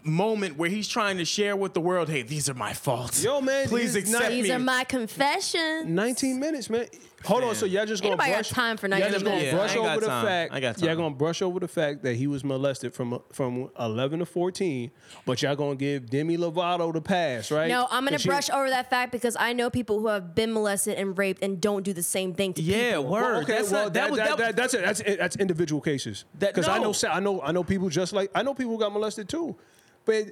S1: moment where he's trying to share with the world, hey, these are my faults.
S3: Yo, man,
S1: please
S3: these
S1: accept
S3: nice-
S2: These
S1: me.
S2: are my confessions.
S3: 19 minutes, man. Hold on, so y'all just gonna
S2: Anybody got
S3: brush
S2: time for
S3: Y'all
S2: 19
S3: just gonna
S2: minutes?
S3: brush
S1: Yeah, I ain't
S3: over
S1: got
S3: the
S1: time.
S3: fact.
S1: I got
S3: Y'all
S1: time.
S3: gonna brush over the fact that he was molested from from 11 to 14, but y'all gonna give Demi Lovato the pass, right?
S2: No, I'm gonna
S3: 'Cause she-
S2: brush over that fact because I know people who have been molested and raped and don't do the same thing to
S1: yeah,
S2: people.
S1: word.
S3: Well, okay,
S1: that's
S3: well,
S1: not,
S3: that,
S1: that, was
S3: that,
S1: that, was-
S3: that, that's it. That's it. That's individual cases.
S1: That-
S3: Because I
S1: no.
S3: know, sa- I know, I know people just like I know people who got molested too, but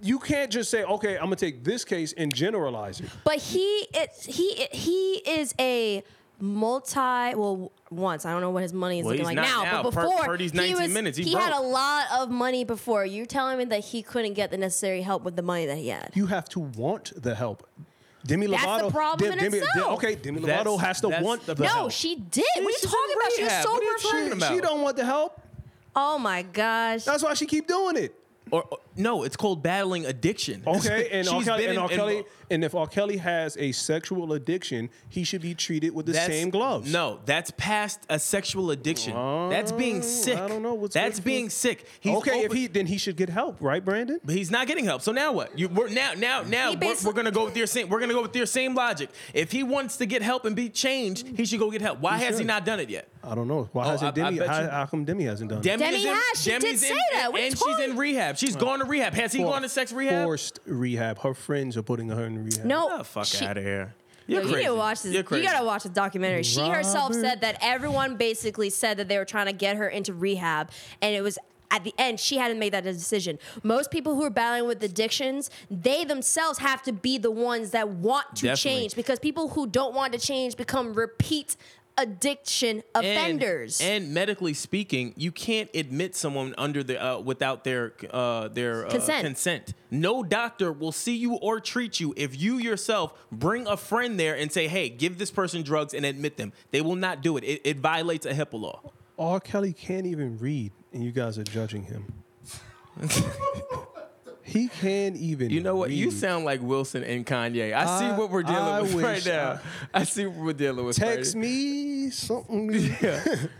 S3: you can't just say, okay, I'm gonna take this case and generalize it.
S2: But he it's he he is a multi well once I don't know what his money is
S1: Well,
S2: looking
S1: he's
S2: like
S1: not
S2: now,
S1: now.
S2: but
S1: Per-
S2: before
S1: per these
S2: he
S1: 19
S2: was
S1: minutes, he
S2: had a
S1: broke.
S2: lot of money before. You're telling me that he couldn't get the necessary help with the money that he had.
S3: You have to want the help. Demi
S2: That's the
S3: Lovato.
S2: problem in
S3: Demi, Demi-
S2: itself.
S3: okay, Demi
S1: That's-
S3: Lovato has to
S1: that's
S3: want
S1: the
S3: the,
S1: problem.
S3: help.
S2: No, she did. What are you
S1: she's
S2: talking
S1: in
S2: about? She was
S1: rehab.
S2: sober
S1: What are you
S2: for
S1: talking about?
S3: She don't want the help.
S2: Oh my gosh.
S3: That's why she keep doing it.
S1: or, or- no, it's called battling addiction.
S3: Okay, and R.
S1: She's
S3: Kelly, and,
S1: been in-
S3: R.
S1: in-
S3: Kelly and if R. Kelly has a sexual addiction, he should be treated with the
S1: that's-
S3: same gloves.
S1: No, that's past a sexual addiction. that's being sick.
S3: Oh, I don't know what's
S1: that's
S3: good for-
S1: being sick. He's
S3: okay, if
S1: open-
S3: he then he should get help, right, Brandon?
S1: But he's not getting help. So now what? You, we're now now now
S2: He
S1: we're,
S2: basi-
S1: we're gonna go with your same. We're gonna go with your same logic. If he wants to get help and be changed, he should go get help. Why has he
S3: should.
S1: not done it yet?
S3: I don't know. Why
S1: Oh,
S3: hasn't
S1: I- I
S3: Demi?
S1: bet
S3: how,
S1: you-
S3: how come Demi hasn't done it?
S1: Demi
S2: Demi
S1: is in,
S2: has. She did
S1: Demi's
S2: say
S1: in,
S2: that. What are you
S1: and she's in
S2: talking-
S1: rehab. She's gone to rehab. Has he gone to sex rehab?
S3: Forced rehab. Her friends are putting her in rehab.
S2: no,
S1: Get the fuck
S2: she-
S1: out of here.
S2: Yo,
S1: You're
S2: you
S1: crazy.
S2: gotta watch this.
S1: You're
S2: You
S1: crazy.
S2: gotta watch this documentary. She herself
S3: Robert.
S2: said that everyone basically said that they were trying to get her into rehab, and it was at the end she had to make that decision. Most people who are battling with addictions, they themselves have to be the ones that want to
S1: Definitely.
S2: change because people who don't want to change become repeat addiction offenders.
S1: And, and medically speaking, you can't admit someone under the uh, without their uh, their uh,
S2: Consent.
S1: consent. No doctor will see you or treat you if you yourself bring a friend there and say, "Hey, give this person drugs and admit them." They will not do it. It, it violates a HIPAA law.
S3: R. Kelly can't even read, and you guys are judging him. he can't even.
S1: You know what? You
S3: read.
S1: sound like Wilson and Kanye. I, see
S3: I-
S1: what we're dealing
S3: I
S1: with right
S3: wish
S1: now. I, see what we're dealing with.
S3: Text
S1: right
S3: me something.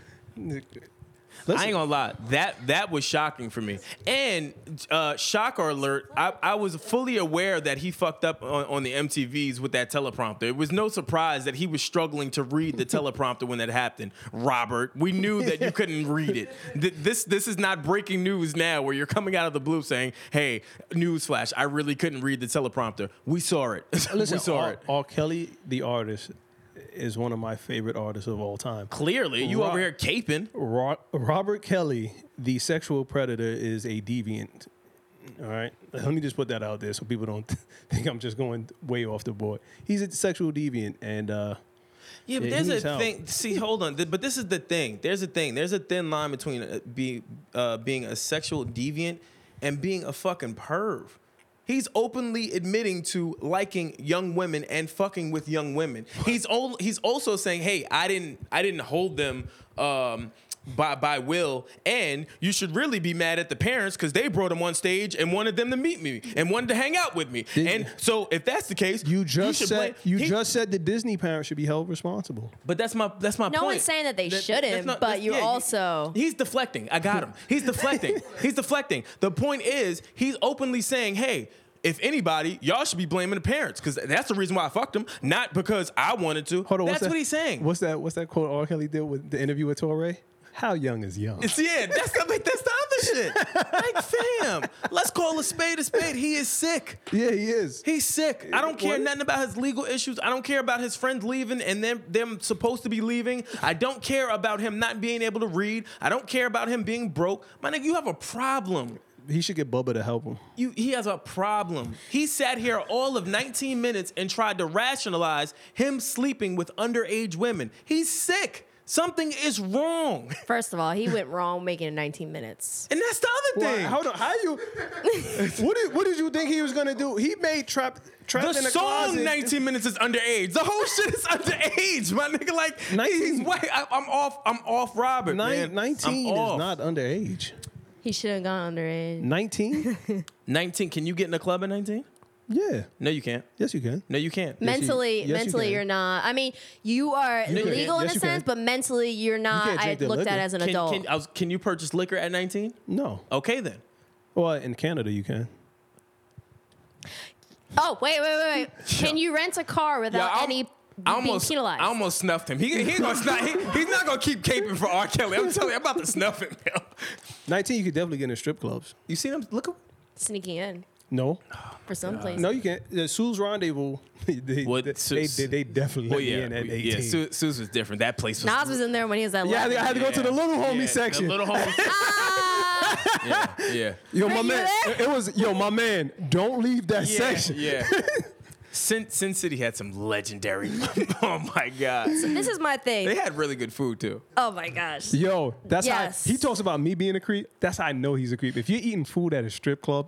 S1: I ain't gonna lie. That that was shocking for me. And uh, shocker alert, I, I was fully aware that he fucked up on, on the MTVs with that teleprompter. It was no surprise that he was struggling to read the teleprompter when that happened. Robert, we knew that you couldn't read it. Th- this this is not breaking news now, where you're coming out of the blue saying, "Hey, newsflash, I really couldn't read the teleprompter." We saw it. we saw
S3: R.
S1: it.
S3: R. Kelly, the artist, is one of my favorite artists of all time.
S1: Clearly, you
S3: Right.
S1: over here caping.
S3: Ro- Robert Kelly, the sexual predator, is a deviant. All right, let me just put that out there so people don't think I'm just going way off the board. He's a sexual deviant, and uh,
S1: Yeah, but
S3: Yeah, he
S1: there's
S3: needs
S1: a
S3: help.
S1: thing. See, hold on. Th- But this is the thing. There's a thing. There's a thin line between uh, be, uh, being a sexual deviant and being a fucking perv. He's openly admitting to liking young women and fucking with young women. He's al- he's also saying, "Hey, I didn't I didn't hold them um, by by will, and you should really be mad at the parents because they brought him on stage and wanted them to meet me and wanted to hang out with me. and so, if that's the case,
S3: you just
S1: should
S3: said
S1: blame-
S3: you
S1: he-
S3: just said the Disney parents should be held responsible.
S1: but that's my that's my
S2: No
S1: point.
S2: one's saying that they shouldn't,
S1: that's
S2: but
S1: that's-
S2: you
S1: he-
S2: also-
S1: he's deflecting. I got him. He's deflecting. he's deflecting. The point is, he's openly saying, "Hey, if anybody, y'all should be blaming the parents because that's the reason why I fucked them, not because I wanted to."
S3: Hold on,
S1: that's
S3: what's that,
S1: what he's saying.
S3: What's that? What's that quote R. Kelly did with the interview with Torre? How young is young?
S1: It's- yeah, that's the like, that's the other shit. Like, fam, let's call a spade a spade. He is sick.
S3: yeah, he is.
S1: He's sick. I don't care
S3: What?
S1: nothing about his legal issues. I don't care about his friends leaving and them them supposed to be leaving. I don't care about him not being able to read. I don't care about him being broke. My nigga, you have a problem.
S3: He should get Bubba to help him.
S1: You, he has a problem. He sat here all of 19 minutes and tried to rationalize him sleeping with underage women. He's sick. Something is wrong.
S2: First of all, he went wrong making it 19 minutes.
S1: And that's the other
S3: Why-
S1: thing.
S3: hold on, how you? what did what did you think he was gonna do? He made trap trapped
S1: the
S3: in a
S1: song
S3: closet.
S1: 19 minutes is underage. The whole shit is underage, my nigga. Like he's
S3: 19.
S1: white. I, I'm off. I'm off Robert.
S3: Nine,
S1: man. I'm
S3: 19 is
S1: off.
S3: not underage.
S2: He should have gone underage.
S3: 19?
S1: 19. Can you get in a club at 19?
S3: yeah.
S1: No, you can't.
S3: Yes, you can.
S1: No, you can't.
S2: Mentally,
S3: yes, you
S2: mentally,
S3: can.
S2: you are not. I mean, you are
S3: can.
S2: legal in
S3: Yes,
S2: a
S3: you
S2: sense,
S3: can.
S2: but mentally, you're not.
S3: can't
S2: I
S3: drink the
S2: looked at
S3: liquor.
S2: as an
S1: Can,
S2: adult.
S1: can, I was, can you purchase liquor at 19?
S3: No.
S1: Okay then.
S3: Well, in Canada, you can.
S2: oh wait, wait, wait, wait. Can you rent a car without
S1: I'm-
S2: any
S1: I
S2: being
S1: almost,
S2: penalized?
S1: I almost snuffed him. He, he gonna snuff, he, he's not gonna keep caping for R. Kelly. I'm telling you, I'm about to snuff him. Yo.
S3: 19, you could definitely get in strip clubs.
S1: You see them? Look. at-
S2: Sneaking in
S3: No.
S2: for some places.
S3: No, you can't. The Sue's Rendezvous, they,
S1: What,
S3: they,
S1: Sue-
S3: they, they, they definitely
S1: Well,
S3: let me
S1: yeah,
S3: in at
S1: yeah.
S3: 18. Yeah,
S1: Su- Suze was different. That place was.
S2: Nas was in there when he was at.
S3: I, think I had to go to the little homie
S1: Yeah,
S3: section.
S1: The little homie.
S2: Ah!
S1: yeah, yeah.
S3: yo, my
S2: you
S3: man.
S2: there?
S3: It was, yo, my man, don't leave that section.
S1: Yeah. Sin, Sin City had some legendary. oh my god,
S2: this is my
S1: they
S2: thing.
S1: had really good food too.
S2: Oh my gosh.
S3: Yo, that's
S2: Yes.
S3: how he talks about me being a creep. That's how I know he's a creep. If you're eating food at a strip club,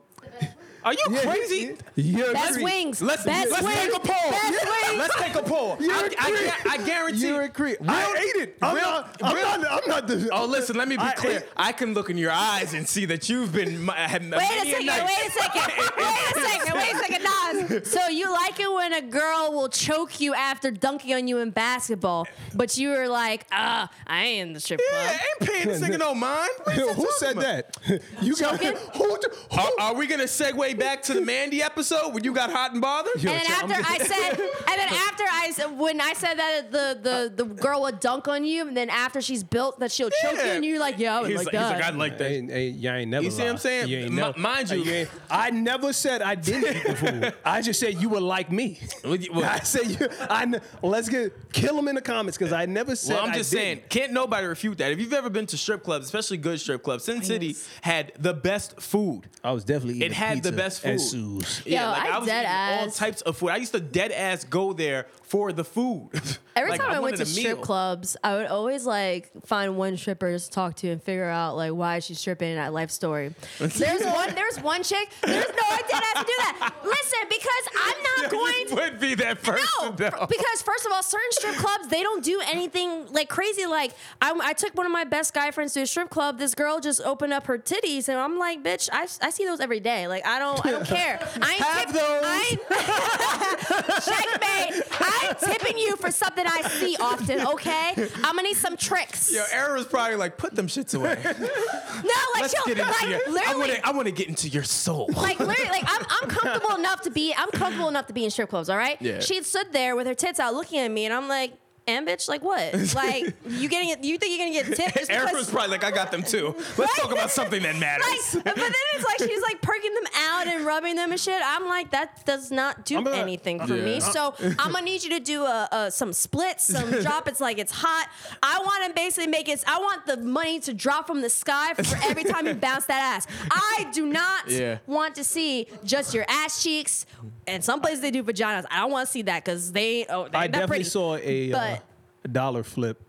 S1: Are you
S3: yeah,
S1: crazy?
S3: You're a
S2: Best
S3: creep.
S2: wings.
S1: Let's,
S2: best
S1: let's
S2: wings.
S1: take a poll.
S2: Best wings.
S1: Let's take a poll.
S3: You're
S1: I,
S3: a
S1: I
S3: creep.
S1: gu- I guarantee
S3: You're a creep. I ate it. I'm
S1: real-
S3: not. I'm
S1: real-
S3: not. I'm not. The,
S1: Oh, listen. Let me be
S3: I
S1: clear.
S3: ate-
S1: I can look in your eyes and see that you've been. My, have
S2: Wait a second, wait a second, wait a second, wait a second, Nas. So you like it when a girl will choke you after dunking on you in basketball, but you were like, ah, I ain't in the strip
S1: Yeah,
S2: club.
S1: ain't paying this nigga no mind. What you
S3: who
S1: talking
S3: said
S1: about?
S3: that? You got who? who
S1: Are, are we gonna segue back to the Mandy episode when you got hot and bothered?
S2: And then after I said, and then after I said, when I said that the, the, the girl would dunk on you, and then after she's built that she'll choke you,
S1: Yeah.
S2: and you're like, yo, I would
S1: he's
S2: like
S1: like,
S2: that.
S1: he's like, I like that.
S3: Hey, hey, you ain't never.
S1: You see what I'm
S3: lied.
S1: saying?
S3: You ain't
S1: M-
S3: never-
S1: mind you-
S3: ain't- I never said I didn't eat the food. I just said you were like me.
S1: Well, you- well-
S3: I said you. I kn- let's get kill him in the comments because I never said.
S1: Well, I'm
S3: I
S1: just
S3: didn't.
S1: saying, can't nobody refute that. If you've ever been to strip clubs, especially good strip clubs, Sin City had the best food.
S3: I was definitely eating
S1: It had
S3: pizza.
S1: the best food.
S6: At Sue's.
S1: Yeah,
S2: Yo,
S1: like
S2: I
S1: I was
S2: dead
S1: eating all
S2: ass-
S1: types of food. I used to dead ass go there for the food.
S2: Every
S1: Like,
S2: time I, went
S1: wanted
S2: to
S1: a
S2: strip
S1: meal.
S2: clubs, I would always like find one stripper to talk to and figure out like why she's stripping and that life story. There's one there's one chick. There's no I did have to do that. Listen, because I'm not going
S1: You
S2: to
S1: would be that person
S2: no,
S1: though.
S2: f- because first of all, certain strip clubs they don't do anything like crazy. Like I, I took one of my best guy friends to a strip club. This girl just opened up her titties, and I'm like, bitch, I, I see those every day. Like I don't, I don't care. I ain't
S6: Have those.
S2: I ain't, checkmate. I'm tipping you for something I see often. Okay, I'm gonna need some tricks.
S1: Yo, Aaron was probably like, put them shits away.
S2: no, like
S1: Let's
S2: chill.
S1: get into
S2: Like
S1: your.
S2: literally.
S1: I want to. I want to get into your soul.
S2: like literally, like I'm, I'm comfortable enough to be I'm comfortable enough to be in strip clubs. All right.
S1: Yeah.
S2: She had stood there with her tits out, looking at me, and I'm like, "And bitch, like what? Like you getting it? You think you're gonna get tipped just
S1: Aaron was
S2: because?"
S1: probably like, I got them too. Let's talk about something that matters.
S2: Like, but then it's like she's like perking them out and rubbing them and shit. I'm like, that does not do
S3: gonna- Uh,
S2: anything for me.
S1: Yeah.
S2: So I'm gonna need you to do a, a some splits, some drop. It's like it's hot. I want to basically make it. I want the money to drop from the sky for every time you bounce that ass. I do not
S1: Yeah.
S2: want to see just your ass cheeks. And some places they do vaginas. I don't want to see that because they. Oh, they're
S3: I
S2: not
S3: definitely
S2: pretty.
S3: saw a uh,
S2: But-
S3: dollar flip.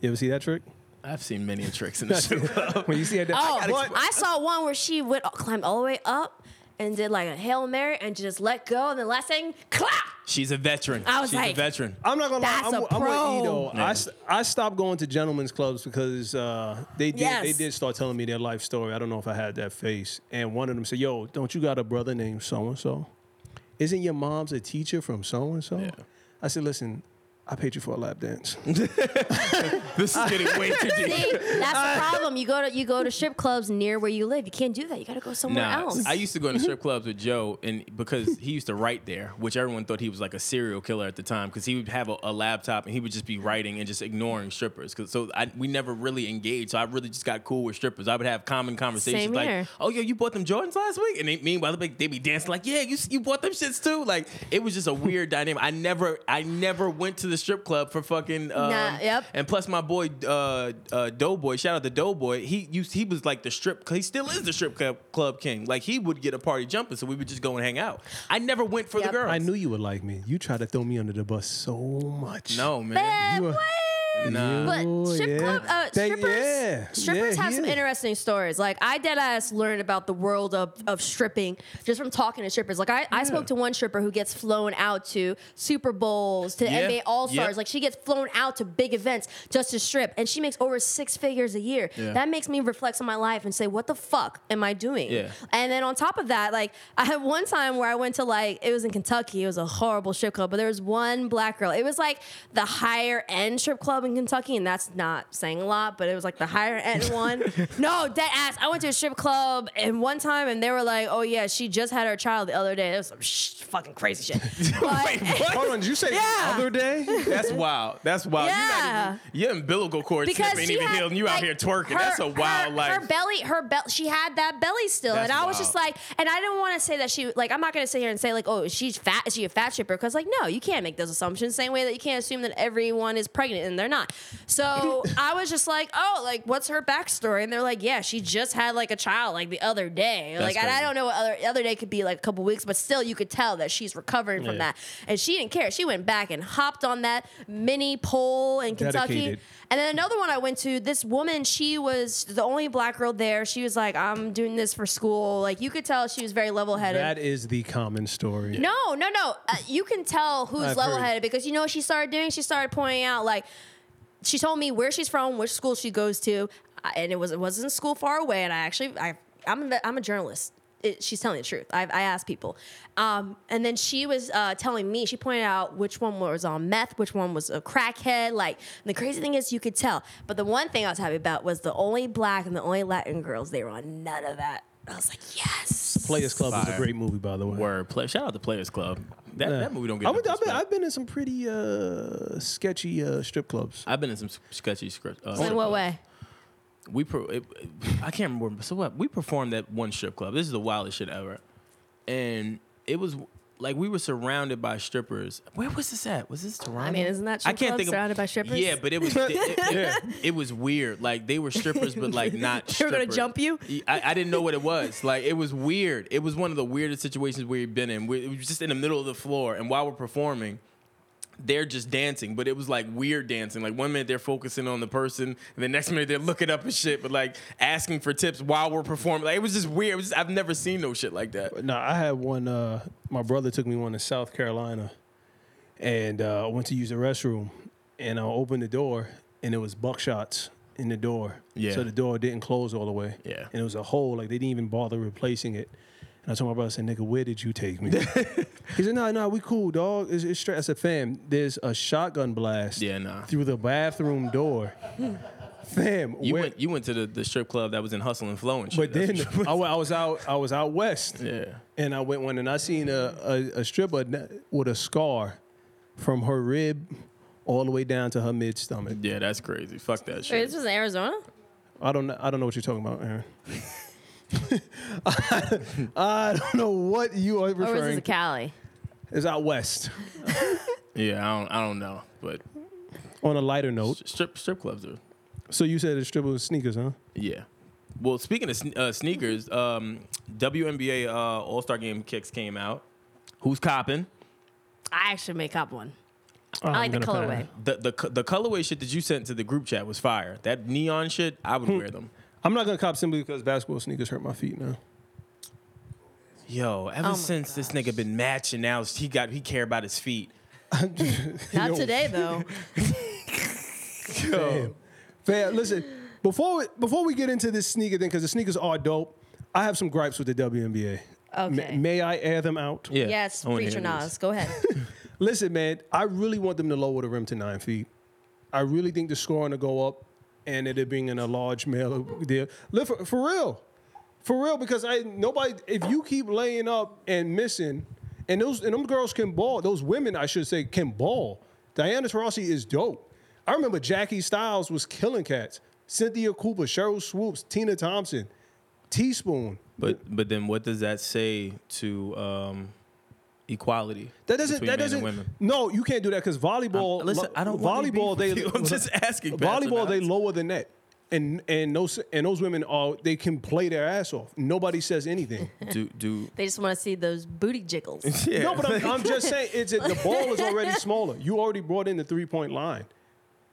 S3: You ever see that trick?
S1: I've seen many tricks in the strip club.
S3: When you see that,
S2: Oh,
S3: I,
S2: I, saw one where she went climbed all the way up and did like a hail mary and just let go, and the last thing, clap.
S1: She's a veteran.
S2: I was
S1: She's a
S2: like,
S1: veteran.
S3: am not gonna.
S2: That's
S3: lie. I'm,
S2: a
S3: I'm with E though.
S1: pro.
S3: I, s- I stopped going to gentlemen's clubs because uh, they did
S2: Yes.
S3: they did start telling me their life story. I don't know if I had that face. And one of them said, "Yo, don't you got a brother named so and so? Isn't your mom's a teacher from so and so?" I said, "Listen." I paid you for a lap dance.
S1: This is getting way too deep.
S2: See, that's the problem. You go to you go to strip clubs near where you live. You can't do that. You got to go somewhere
S1: Nah,
S2: else.
S1: I used to go into strip clubs with Joe, and because he used to write there, which everyone thought he was like a serial killer at the time, because he would have a, a laptop and he would just be writing and just ignoring strippers. 'Cause- so I, we never really engaged. So I really just got cool with strippers. I would have common conversations
S2: Same
S1: like,
S2: here.
S1: "Oh, yo, you bought them Jordans last week," and they, meanwhile they'd be, they'd be dancing like, "Yeah, you you bought them shits too." Like it was just a weird dynamic. I never I never went to the strip club for fucking. Um,
S2: Nah, yep.
S1: And plus, my boy uh, uh, Doughboy, shout out to Doughboy. He used he was like the strip. He still is the strip club, club king. Like he would get a party jumping, so we would just go and hang out. I never went for
S2: Yep.
S1: the girls.
S3: I knew you would like me. You tried to throw me under the bus so much.
S1: No man.
S2: Eh,
S3: You are-
S2: what?
S1: Nah.
S2: But strip
S3: yeah.
S2: club, uh,
S3: They-
S2: strippers,
S3: yeah.
S2: strippers
S3: Yeah,
S2: have
S3: he
S2: some
S3: is.
S2: interesting stories. Like I dead ass learned about the world of, of stripping just from talking to strippers. Like I, I spoke to one stripper who gets flown out to Super Bowls, to
S1: Yeah.
S2: NBA All Stars.
S1: Yep.
S2: Like she gets flown out to big events just to strip, and she makes over six figures a year.
S1: Yeah.
S2: That makes me reflect on my life and say, what the fuck am I doing?
S1: Yeah.
S2: And then on top of that, like I had one time where I went to like it was in Kentucky. It was a horrible strip club, but there was one black girl. It was like the higher end strip club in Kentucky, and that's not saying a lot, but it was like the higher end one. No, dead ass. I went to a strip club and one time, and they were like, "Oh yeah, she just had her child the other day." It was some sh- fucking crazy shit. But-
S3: Hold on, did you say
S2: Yeah.
S3: other day?
S1: That's wild. That's wild.
S2: Yeah.
S1: You're, not even, you're in biblical court
S2: because
S1: ain't
S2: she
S1: even
S2: had,
S1: healed, and you out
S2: like,
S1: here twerking. That's a
S2: her-
S1: wild
S2: her,
S1: life.
S2: Her belly, her belt, she had that belly still,
S1: That's
S2: and I was just
S1: wild.
S2: like, and I didn't want to say that she like. I'm not gonna sit here and say like, oh, she's fat. Is she a fat stripper? Because like, no, you can't make those assumptions. Same way that you can't assume that everyone is pregnant and they're not. So I was just like, oh, like what's her backstory? And they're like, yeah, she just had like a child like the other day.
S1: That's
S2: like, and I
S1: crazy.
S2: don't know what other other day could be like a couple weeks, but still, you could tell that she's recovering from that. And she didn't care. She went back and hopped on that mini pole in Kentucky.
S3: Dedicated.
S2: And then another one I went to, this woman, she was the only black girl there. She was like, I'm doing this for school. Like, you could tell she was very level headed.
S3: That is the common story.
S2: no, no, no. Uh, you can tell who's
S3: I've
S2: level headed because you know what she started doing? She started pointing out, like, she told me where she's from, which school she goes to, I- and it was it wasn't a school far away. And I actually, I, I'm a, I'm a journalist. It, she's telling the truth. I, I asked people, um, and then she was uh, telling me. She pointed out which one was on meth, which one was a crackhead. Like and the crazy thing is, you could tell. But the one thing I was happy about was the only black and the only Latin girls. They were on none of that. I was like, yes.
S3: Players Club is
S1: Fire.
S3: a great movie, by the way.
S1: Word. Play, shout out to Players Club. That, that movie don't get.
S3: I went,
S1: enough
S3: I've, been,
S1: respect.
S3: I've been in some pretty uh, sketchy uh, strip clubs.
S1: I've been in some sketchy script. Uh,
S2: In what way?
S1: we per- it, I can't remember. So what? We performed at one strip club. This is the wildest shit ever, and it was like we were surrounded by strippers. Where was this at? Was this Toronto?
S2: I mean, isn't that
S1: I
S2: strip
S1: can't
S2: club
S1: think of-
S2: surrounded by strippers?
S1: Yeah, but it was it, it- it was weird. Like they were strippers, but like not.
S2: They were gonna
S1: strippers.
S2: jump you?
S1: I, I didn't know what it was. Like it was weird. It was one of the weirdest situations we've been in. We, it was just in the middle of the floor, and while we're performing, they're just dancing, but it was like weird dancing. Like one minute they're focusing on the person, and the next minute they're looking up and shit, but like asking for tips while we're performing. Like it was just weird. It was just- I've never seen no shit like that.
S3: No, I had one. Uh, my brother took me one in South Carolina, and uh, I went to use the restroom, and I opened the door, and there was buckshots in the door.
S1: Yeah.
S3: So the door didn't close all the way.
S1: Yeah.
S3: And it was a hole. Like they didn't even bother replacing it. And I told my brother, I said, "Nigga, where did you take me?" he said, "No, no, we cool, dog. It's, it's straight." I said, "Fam, there's a shotgun blast
S1: Yeah, nah.
S3: through the bathroom door, fam."
S1: You
S3: where-
S1: went you went to the, the strip club that was in Hustle and Flow and shit.
S3: but
S1: That's
S3: then
S1: what you-
S3: I, wa- I was out. I was out west.
S1: Yeah.
S3: And I went one, and I seen a, a, a stripper n- with a scar from her rib all the way down to her mid stomach.
S1: Yeah, that's crazy. Fuck that
S2: Wait,
S1: shit.
S2: this was in Arizona?
S3: I don't. kn- I don't know what you're talking about, Aaron. I, I don't know what you are
S2: Or was Oh, this
S3: referring.
S2: in Cali?
S3: It's out west.
S1: Yeah, I don't I don't know. But
S3: On a lighter note,
S1: strip strip clubs are
S3: so you said a stripper with sneakers, huh?
S1: yeah. Well, speaking of sne- uh, sneakers, um, WNBA uh, All Star Game kicks came out. Who's copping?
S2: I actually make up one.
S3: I'm
S2: I like the
S3: gonna pass.
S2: colorway.
S1: The, the co- the colorway shit that you sent to the group chat was fire. That neon shit, I would wear them.
S3: I'm not gonna cop simply because basketball sneakers hurt my feet now.
S1: Yo, ever
S2: Oh my
S1: since this nigga been matching now, he got he care about his feet.
S2: Not today though.
S3: Fam. Fam, listen, before we, before we get into this sneaker thing, because the sneakers are dope, I have some gripes with the WNBA. M-
S2: Okay.
S3: may I air them out?
S1: Yeah.
S2: Yes,
S1: I wanna
S2: preacher
S1: hear this.
S2: Nas. Go ahead.
S3: Listen, man, I really want them to lower the rim to nine feet. I really think the scoring will go up and it being in a large male deal. Look, For, for real. For real, because I nobody if you keep laying up and missing, and those and them girls can ball, those women, I should say, can ball. Diana Taurasi is dope. I remember Jackie Styles was killing cats. Cynthia Cooper, Cheryl Swoops, Tina Thompson, Teaspoon.
S1: But but then what does that say to um, equality?
S3: That doesn't.
S1: between
S3: That
S1: men
S3: doesn't.
S1: And women?
S3: No, you can't do that because volleyball.
S1: I'm- listen,
S3: lo-
S1: I don't wanna be
S3: Volleyball.
S1: with
S3: They.
S1: you. I'm just asking, Pastor
S3: Volleyball. They
S1: Knox.
S3: lower the net, and and those and those women are they can play their ass off. Nobody says anything.
S1: Do do
S2: They just want to see those booty jiggles.
S1: yeah.
S3: No, but I'm, I'm just saying it's the ball is already smaller. You already brought in the three point line.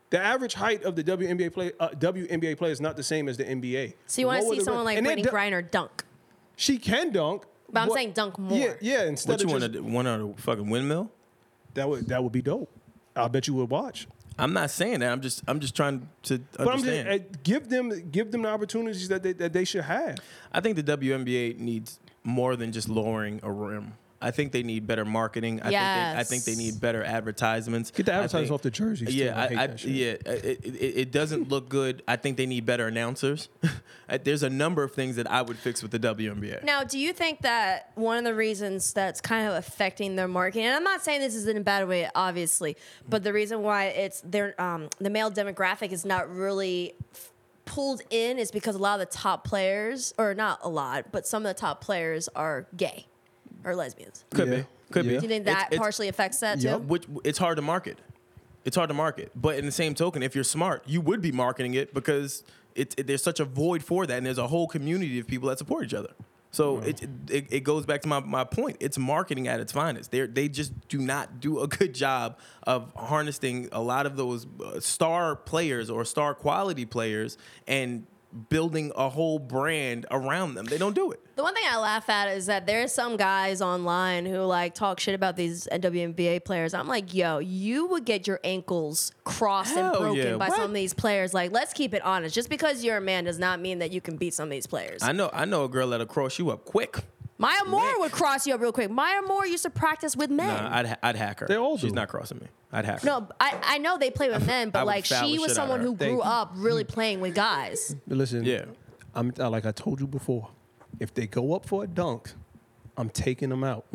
S3: The average height of the WNBA play uh, WNBA player is not the same as the NBA.
S2: So you want to
S3: Lower
S2: see
S3: the
S2: someone
S3: rim.
S2: like
S3: And that
S2: Brittany
S3: du-
S2: Griner dunk?
S3: She can dunk.
S2: But I'm
S3: What-
S2: saying dunk more.
S3: Yeah, yeah. Instead
S1: what
S3: of
S1: you
S3: just-
S1: want to want on a fucking windmill?
S3: that would that would be dope. I bet you would watch.
S1: I'm not saying that. I'm just I'm just trying to
S3: But I'm
S1: understand.
S3: just, uh, give them give them the opportunities that they that they should have.
S1: I think the WNBA needs more than just lowering a rim. I think they need better marketing. I, think, they, I think they
S2: Yes.
S1: need better advertisements.
S3: Get the
S1: I
S3: advertisements
S1: think-
S3: off the jerseys, too.
S1: Yeah,
S3: I hate
S1: I, I,
S3: that shit.
S1: yeah. It, it, it doesn't look good. I think they need better announcers. There's a number of things that I would fix with the WNBA.
S2: Now, do you think that one of the reasons that's kind of affecting their marketing, and I'm not saying this is in a bad way, obviously, but the reason why it's their um, the male demographic is not really f- pulled in is because a lot of the top players, or not a lot, but some of the top players are gay or lesbians.
S1: Could
S3: Yeah.
S1: be. Could
S3: Yeah.
S1: be.
S2: Do you think
S1: It's-
S2: that
S1: it's-
S2: partially affects that
S3: Yup.
S2: too?
S1: which it's hard to market. It's hard to market, but in the same token, if you're smart, you would be marketing it because it, it- there's such a void for that, and there's a whole community of people that support each other. So it, it it goes back to my, my point. It's marketing at its finest. They they just do not do a good job of harnessing a lot of those uh, star players or star quality players and building a whole brand around them. They don't do it.
S2: The one thing I laugh at is that there's some guys online who like talk shit about these WNBA players. I'm like, yo, you would get your ankles crossed and
S1: Hell
S2: broken
S1: yeah.
S2: by
S1: What?
S2: some of these players. Like, let's keep it honest. Just because you're a man does not mean that you can beat some of these players.
S1: I know I know a girl that'll cross you up quick.
S2: Maya Moore would cross you up real quick. Maya Moore used to practice with men.
S1: Nah, I'd ha- I'd hack her.
S3: They all
S1: She's
S3: do.
S1: not crossing me. I'd hack her.
S2: no, I, I know they play with men,
S1: I
S2: but
S1: would
S2: like
S1: foul
S2: she
S1: the
S2: was
S1: shit out of
S2: someone
S1: her.
S2: who
S1: Thank
S2: grew
S3: you.
S2: up really playing with guys.
S3: But listen,
S1: Yeah.
S3: I'm I, like I told you before. If they go up for a dunk, I'm taking them out.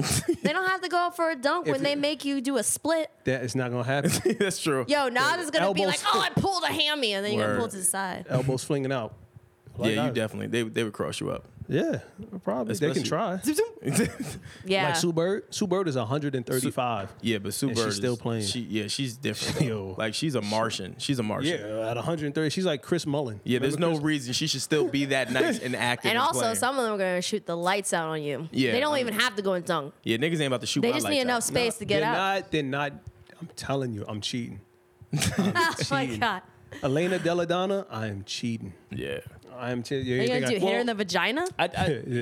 S2: they don't have to go for a dunk
S3: If
S2: when they
S3: it-
S2: make you do a split.
S3: that is not gonna happen.
S1: That's true.
S2: Yo, Nas is gonna be
S3: elbows
S2: like, oh, I pulled a hammy, and then you're gonna
S1: Word.
S2: pull it to the side.
S3: Elbows flinging out. Like
S1: yeah,
S3: I-
S1: you definitely they they would cross you up.
S3: Yeah, probably. They can
S1: Especially-
S3: try.
S2: Yeah.
S3: Like Sue Bird. Sue Bird is 135.
S1: yeah, but Sue
S3: And
S1: Bird
S3: she's
S1: is-
S3: still playing.
S1: She, yeah, she's different.
S3: Yo.
S1: Like she's a Martian. She's a Martian.
S3: yeah, at 130. She's like Chris Mullen.
S1: Yeah, there's
S3: Remember
S1: no reason she should still be that nice and active.
S2: and also,
S1: playing.
S2: some of them are gonna shoot the lights out on you.
S1: Yeah,
S2: they don't
S1: I
S2: even have to go and dunk.
S1: yeah, niggas ain't about to shoot.
S2: They
S1: my
S2: just
S1: lights
S2: need
S1: out.
S2: enough space to get
S3: they're
S2: out.
S3: Not, they're not. I'm telling you, I'm cheating.
S2: oh my god!
S3: Elena Deladonna, I am cheating.
S1: Yeah,
S3: I am cheating.
S2: Are you gonna do hair in the vagina?
S1: I, I,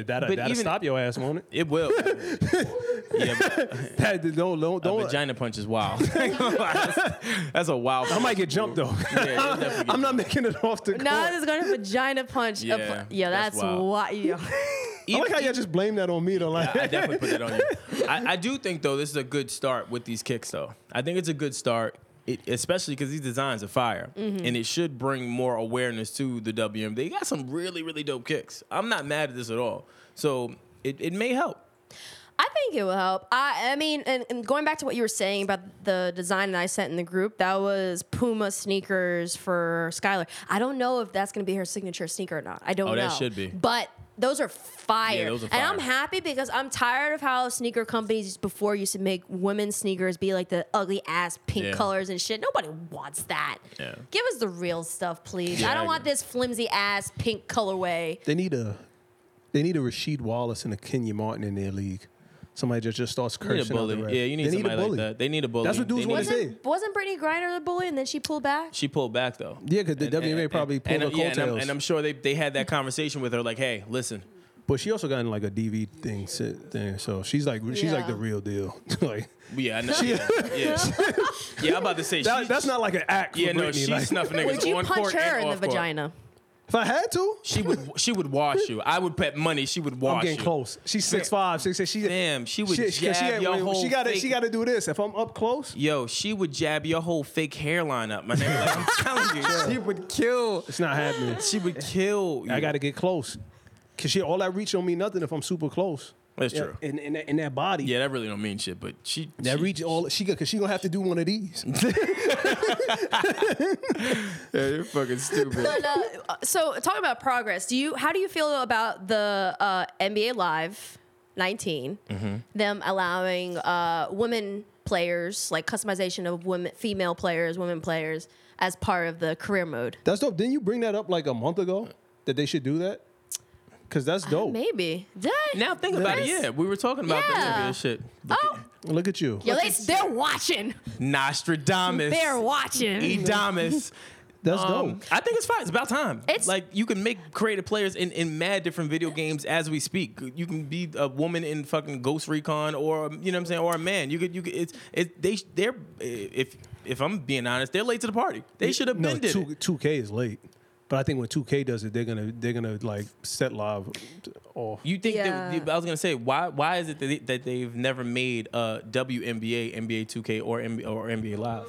S3: that, will
S1: But even-
S3: stop your ass, won't it?
S1: it will. yeah, but
S3: That, don't, don't,
S1: a
S3: don't-
S1: vagina punch is wild. that's, that's a wild.
S3: I might get jumped though.
S1: Yeah, you'll never get
S3: I'm not making it off the
S2: No,
S3: court.
S2: this is gonna vagina punch. Yeah,
S1: Yeah,
S2: yeah
S1: that's
S2: that's,
S1: wild.
S2: why. Yeah.
S3: I like how y'all just blame that on me though. Like,
S1: I definitely put that on you. I, I do think though this is a good start with these kicks though. I think it's a good start, it, especially because these designs are fire, and it should bring more awareness to the WM. They got some really really dope kicks. I'm not mad at this at all. So it, it may help.
S2: I think it will help. I, I mean, and, and going back to what you were saying about the design that I sent in the group, that was Puma sneakers for Skylar. I don't know if that's going to be her signature sneaker or not. I don't
S1: Oh,
S2: know.
S1: that should be.
S2: But those are fire.
S1: Yeah, those are
S2: And I'm
S1: fire.
S2: happy because I'm tired of how sneaker companies before used to make women's sneakers be like the ugly ass pink
S1: Yeah.
S2: colors and shit. Nobody wants that.
S1: Yeah.
S2: Give us the real stuff, please.
S1: Yeah,
S2: I
S1: I
S2: don't want
S1: agree.
S2: this flimsy ass pink colorway.
S3: they need a, they need a Rasheed Wallace and a Kenya Martin in their league. Somebody just just starts
S1: You need a
S3: cursing. out the
S1: bully.
S3: ref.
S1: Yeah, you need
S3: They
S1: somebody
S3: a bully.
S1: like that. They need a bully.
S3: That's what dudes
S1: They
S3: wanna
S1: need-
S3: see.
S2: Wasn't, wasn't Brittany Griner the bully and then she pulled back?
S1: She pulled back though.
S3: Yeah, because the WNBA probably pulled
S1: and,
S3: her
S1: yeah, and I'm-
S3: coattails.
S1: and I'm sure they, they had that conversation with her, like, hey, listen,
S3: but she also got in like a DV thing, si- thing. So she's like, she's like the
S2: Yeah.
S3: real deal. like
S1: yeah, I know, yeah, yeah, yeah. I'm about to say
S3: that,
S1: she-
S3: that's not like an act.
S1: Yeah,
S3: for
S1: no,
S3: Britney,
S1: she
S3: like,
S1: snuffing niggas
S2: Would you
S1: on
S2: punch
S1: court
S2: her
S1: and
S2: in the
S1: off court.
S2: vagina?
S3: If I had to,
S1: She would she would wash you. I would bet money she would wash
S3: I'm getting
S1: you.
S3: close. She's six five, six six. She
S1: Damn, she would jab
S3: ain't
S1: your
S3: win.
S1: whole
S3: She got to
S1: fake-
S3: she got to do this. If I'm up close,
S1: Yo, she would jab your whole fake hairline up, my nigga. Like, I'm telling you, she would kill.
S3: it's not happening.
S1: She would kill. You.
S3: I got to get close. Cause she all that reach don't mean nothing if I'm super close.
S1: That's
S3: Yeah,
S1: true.
S3: In in that, in that body.
S1: Yeah, that really don't mean shit, but she
S3: That
S1: she,
S3: reach all she got because she gonna have to do one of these.
S1: Yeah, you're fucking stupid.
S2: But, uh, so talking about progress, do you how do you feel about the uh, NBA Live 19?
S1: Mm-hmm.
S2: Them allowing uh, women players like customization of women, female players, women players as part of the career mode.
S3: That's dope. Didn't you bring that up like a month ago that they should do that? Cause that's
S1: Oh.
S3: dope.
S2: Uh, Maybe did I?
S1: now think about it.
S2: Yes.
S1: Yeah, we were talking about
S2: Yeah.
S1: this shit.
S2: Oh,
S3: Look at you.
S2: yeah, they, they're watching.
S1: Nostradamus.
S2: They're
S1: e-
S2: watching.
S1: Edamus.
S3: That's
S1: Um,
S3: dope.
S1: I think it's fine. It's about time.
S2: It's-
S1: like you can make creative players in, in mad different video games as we speak. You can be a woman in fucking Ghost Recon, or you know what I'm saying, or a man. You could you could it's it they they're if if I'm being honest, they're late to the party. They should have
S3: no,
S1: been did
S3: two,
S1: it.
S3: 2K is late. But I think when 2K does it, they're gonna they're gonna like set live off.
S1: You think
S2: Yeah.
S1: that, I was gonna say why why is it that, they, that they've never made uh, WNBA, NBA 2K, or NBA, or NBA Live?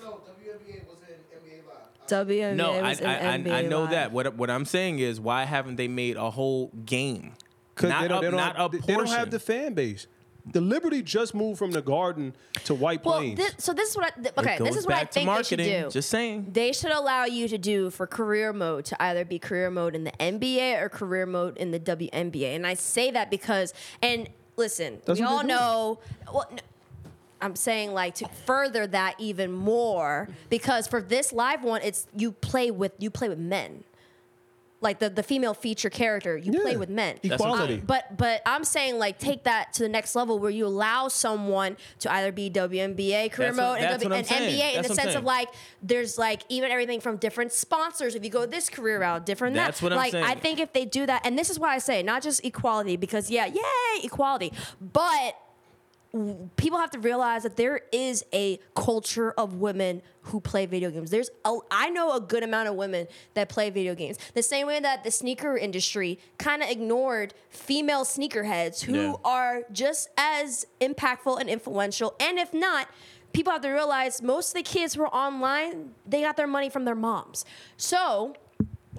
S2: WNBA
S1: No, I,
S2: was in
S1: I, I, I
S2: NBA
S1: know
S2: Live.
S1: that. What what I'm saying is, why haven't they made a whole game?
S3: they
S1: Not
S3: don't,
S1: a,
S3: they don't-
S1: not a
S3: they-
S1: portion.
S3: they don't have the fan base. The Liberty just moved from the Garden to White
S2: Well,
S3: Plains.
S2: thi- so this is what I, th- okay.
S1: It goes
S2: This is what I
S1: back to
S2: think they should
S1: marketing,
S2: do.
S1: Just saying.
S2: they should allow you to do for career mode to either be career mode in the NBA or career mode in the WNBA. And I say that because, and listen,
S3: That's
S2: we
S3: what
S2: all
S3: they're doing.
S2: know. Well, n- I'm saying like to further that even more because for this live one, it's you play with you play with men. Like the, the female feature character, you play
S3: Yeah.
S2: with men.
S1: That's what I'm
S3: Equality.
S1: saying.
S2: But but I'm saying like take that to the next level where you allow someone to either be WNBA career
S1: That's what-
S2: mode and,
S1: that's
S2: w-
S1: what I'm
S2: and NBA
S1: saying.
S2: in
S1: That's
S2: the
S1: what I'm
S2: sense of
S1: saying.
S2: like there's like even everything from different sponsors if you go this career route, different that.
S1: That's what I'm
S2: like
S1: saying.
S2: I think if they do that, and this is why I say not just equality because yeah, yay equality, but people have to realize that there is a culture of women who play video games. There's a, I know a good amount of women that play video games. The same way that the sneaker industry kind of ignored female sneakerheads who
S1: Yeah.
S2: are just as impactful and influential. And if not, people have to realize most of the kids who are online, they got their money from their moms. So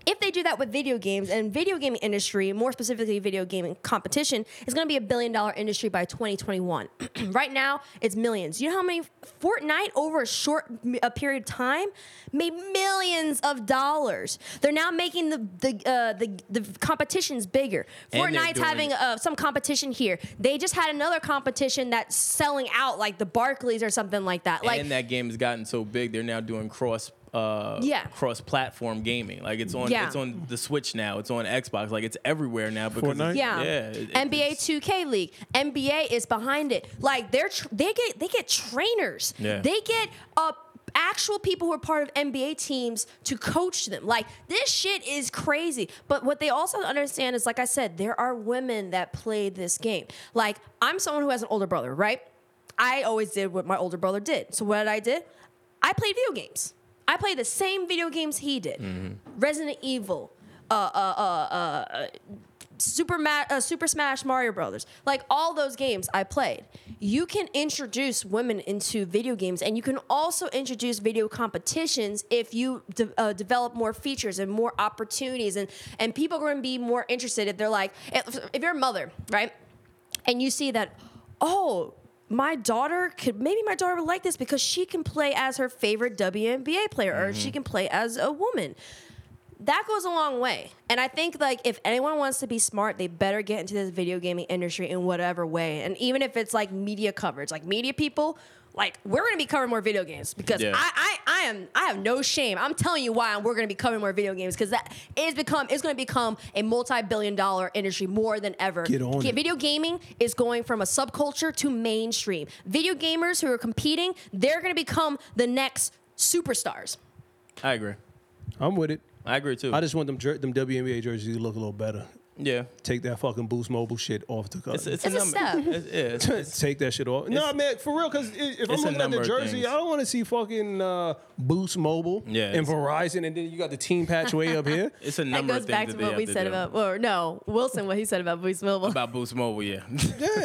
S2: if they do that with video games and video game industry, more specifically video gaming competition, is going to be a billion dollar industry by 2021. right now, it's millions. You know how many Fortnite over a short m- a period of time made millions of dollars. They're now making the the uh, the, the competitions bigger.
S1: And they're
S2: Fortnite's
S1: doing-
S2: having uh, some competition here. They just had another competition that's selling out, like the Barclays or something like that. Like
S1: and that game has gotten so big, they're now doing cross. Uh,
S2: Yeah.
S1: cross-platform gaming, like it's on,
S2: Yeah.
S1: it's on the Switch now, it's on Xbox, like it's everywhere now. Because
S3: Fortnite?
S1: it's-
S2: Yeah.
S1: it-
S2: NBA
S1: it's-
S2: 2K League. NBA is behind it. Like they're tr- they get they get trainers.
S1: Yeah.
S2: They get uh, actual people who are part of NBA teams to coach them. Like this shit is crazy. But what they also understand is like I said, there are women that play this game. Like I'm someone who has an older brother, right? I always did what my older brother did. So what I did, I played video games. I played the same video games he did.
S1: Mm-hmm.
S2: Resident Evil, Super Ma- uh, Super Smash Mario Brothers, like all those games I played. You can introduce women into video games, and you can also introduce video competitions if you de- uh, develop more features and more opportunities, and and people are going to be more interested if they're like, if, if you're a mother, right, and you see that, oh. My daughter could maybe my daughter would like this because she can play as her favorite WNBA player or she can play as a woman that goes a long way. And I think like if anyone wants to be smart, they better get into this video gaming industry in whatever way. And even if it's like media coverage, like media people, like we're gonna be covering more video games because
S1: Yeah.
S2: I, I I am I have no shame. I'm telling you why we're gonna be covering more video games because that is become is gonna become a multi-billion dollar industry more than ever.
S3: Get on
S2: Ga-
S3: it.
S2: Video gaming is going from a subculture to mainstream. Video gamers who are competing, they're gonna become the next superstars.
S1: I agree,
S3: I'm with it.
S1: I agree too.
S3: I just want them jer- them WNBA jerseys to look a little better.
S1: yeah,
S3: Take that fucking Boost Mobile shit off the cut.
S2: It's a step.
S1: It's, yeah, it's- it's-
S3: Take that shit off. No, man, for real. Because if I'm
S1: it's a
S3: looking at
S1: number
S3: the
S1: of
S3: jersey,
S1: things.
S3: I don't want to see fucking uh, Boost Mobile
S1: Yeah,
S3: and
S1: it's-
S3: Verizon, and then you got the team patch way up here.
S1: it's a
S2: That
S1: number
S2: goes
S1: of things
S2: back to
S1: that they
S2: what
S1: have
S2: we
S1: to
S2: said
S1: do.
S2: about, or no, Wilson, what he said about Boost Mobile.
S1: about Boost Mobile. Yeah,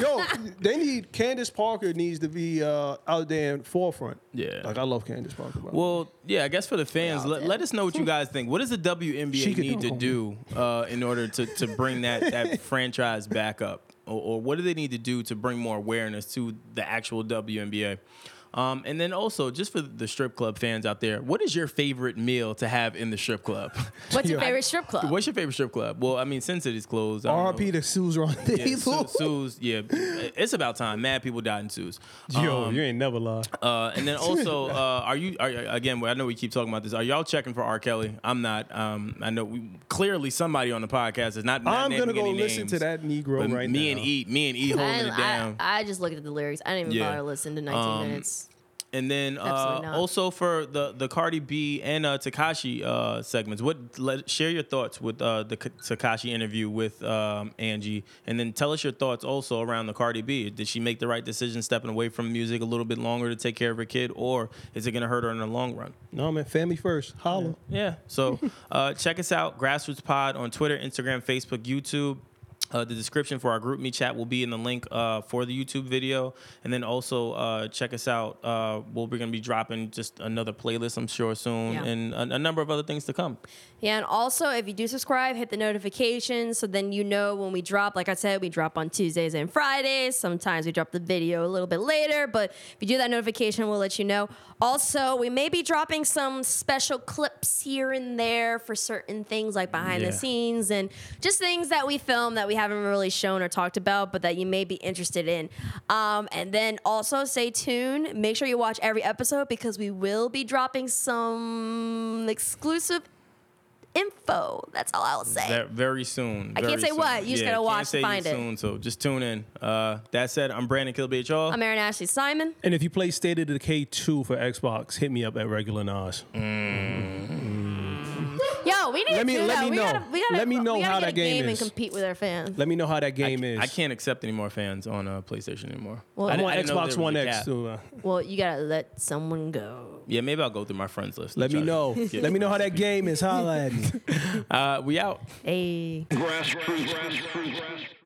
S3: Yo, they need Candace Parker needs to be uh, out there in forefront.
S1: Yeah.
S3: like I love Candace Parker. by the way.
S1: Well, yeah, I guess for the fans, let, let us know what you guys think. What does the
S3: She
S1: WNBA
S3: could
S1: need to do uh, in order to, to bring that, that franchise back up? Or, or what do they need to do to bring more awareness to the actual WNBA? Um, and then also, just for the strip club fans out there, what is your favorite meal to have in the strip club?
S2: What's your
S3: Yeah.
S2: favorite strip club?
S1: What's your favorite strip club? Well, I mean, since it is closed, I don't
S3: RP
S1: know.
S3: to Sue's on the
S1: Yeah, Su- Sue's, yeah, it's about time. Mad people died in Sue's.
S3: Yo, you ain't never lied.
S1: um, Uh, and then also, uh, are you are, again? I know we keep talking about this. Are y'all checking for R. Kelly? I'm not. Um, I know we, clearly somebody on the podcast is not. not
S3: I'm gonna
S1: naming
S3: go
S1: any
S3: listen
S1: names,
S3: to that Negro
S1: but
S3: right
S1: me
S3: now.
S1: and E, me and E holding it down.
S2: I, just looked at the lyrics. I didn't even
S1: Yeah.
S2: bother to listen to 19
S1: Um,
S2: minutes.
S1: and then
S2: Absolutely
S1: uh,
S2: not.
S1: also for the the Cardi B and uh, Takashi uh, segments. What let, share your thoughts with uh, the K- Takashi interview with um, Angie, and then tell us your thoughts also around the Cardi B. Did she make the right decision stepping away from music a little bit longer to take care of her kid, or is it going to hurt her in the long run?
S3: No man, family first. Holla.
S1: Yeah. So uh, check us out, Grassroots Pod on Twitter, Instagram, Facebook, YouTube. Uh, the description for our group me chat will be in the link uh, for the YouTube video, and then also uh, check us out. Uh, we'll be gonna be dropping just another playlist, I'm sure soon,
S2: Yeah.
S1: and a, a number of other things to come.
S2: Yeah, and also if you do subscribe, hit the notifications so then you know when we drop. Like I said, we drop on Tuesdays and Fridays. Sometimes we drop the video a little bit later, but if you do that notification, we'll let you know. Also, we may be dropping some special clips here and there for certain things like behind
S1: Yeah.
S2: the scenes and just things that we film that we haven't really shown or talked about, but that you may be interested in. Um, and then also stay tuned. Make sure you watch every episode because we will be dropping some exclusive info. That's all I'll say.
S1: Ve- very soon.
S2: I can't
S1: very
S2: say
S1: soon.
S2: what. You just gotta
S1: can't
S2: watch to
S1: say
S2: find it.
S1: soon, So just tune in. Uh, that said, I'm Brandon Kilby. Y'all.
S2: I'm Aaron Ashley Simon.
S3: And if you play State of the K two for Xbox, hit me up at regular Nas.
S1: Mm.
S2: Yo, we need
S3: Let
S2: to
S3: me-
S2: do
S3: let
S2: that.
S3: me
S2: we
S3: know.
S2: Gotta, we gotta,
S3: Let me know
S2: we gotta
S3: how
S2: get
S3: that
S2: a
S3: game
S2: and
S3: is.
S2: compete with our fans.
S3: Let me know how that game is.
S1: I can't accept any more fans on uh, PlayStation anymore.
S2: Well,
S1: I
S3: I'm
S1: di-
S3: on
S1: I didn't know
S3: Xbox
S1: there was
S3: One
S1: a
S3: X.
S1: cap.
S3: So, uh,
S2: Well, you gotta let someone go.
S1: Yeah, maybe I'll go through my friends list. to
S3: let me
S1: try to
S3: know.
S1: get-
S3: Let me know how that game is. Holla at me.
S1: Uh, we out.
S2: Hey.
S7: Grassroots. Grassroots.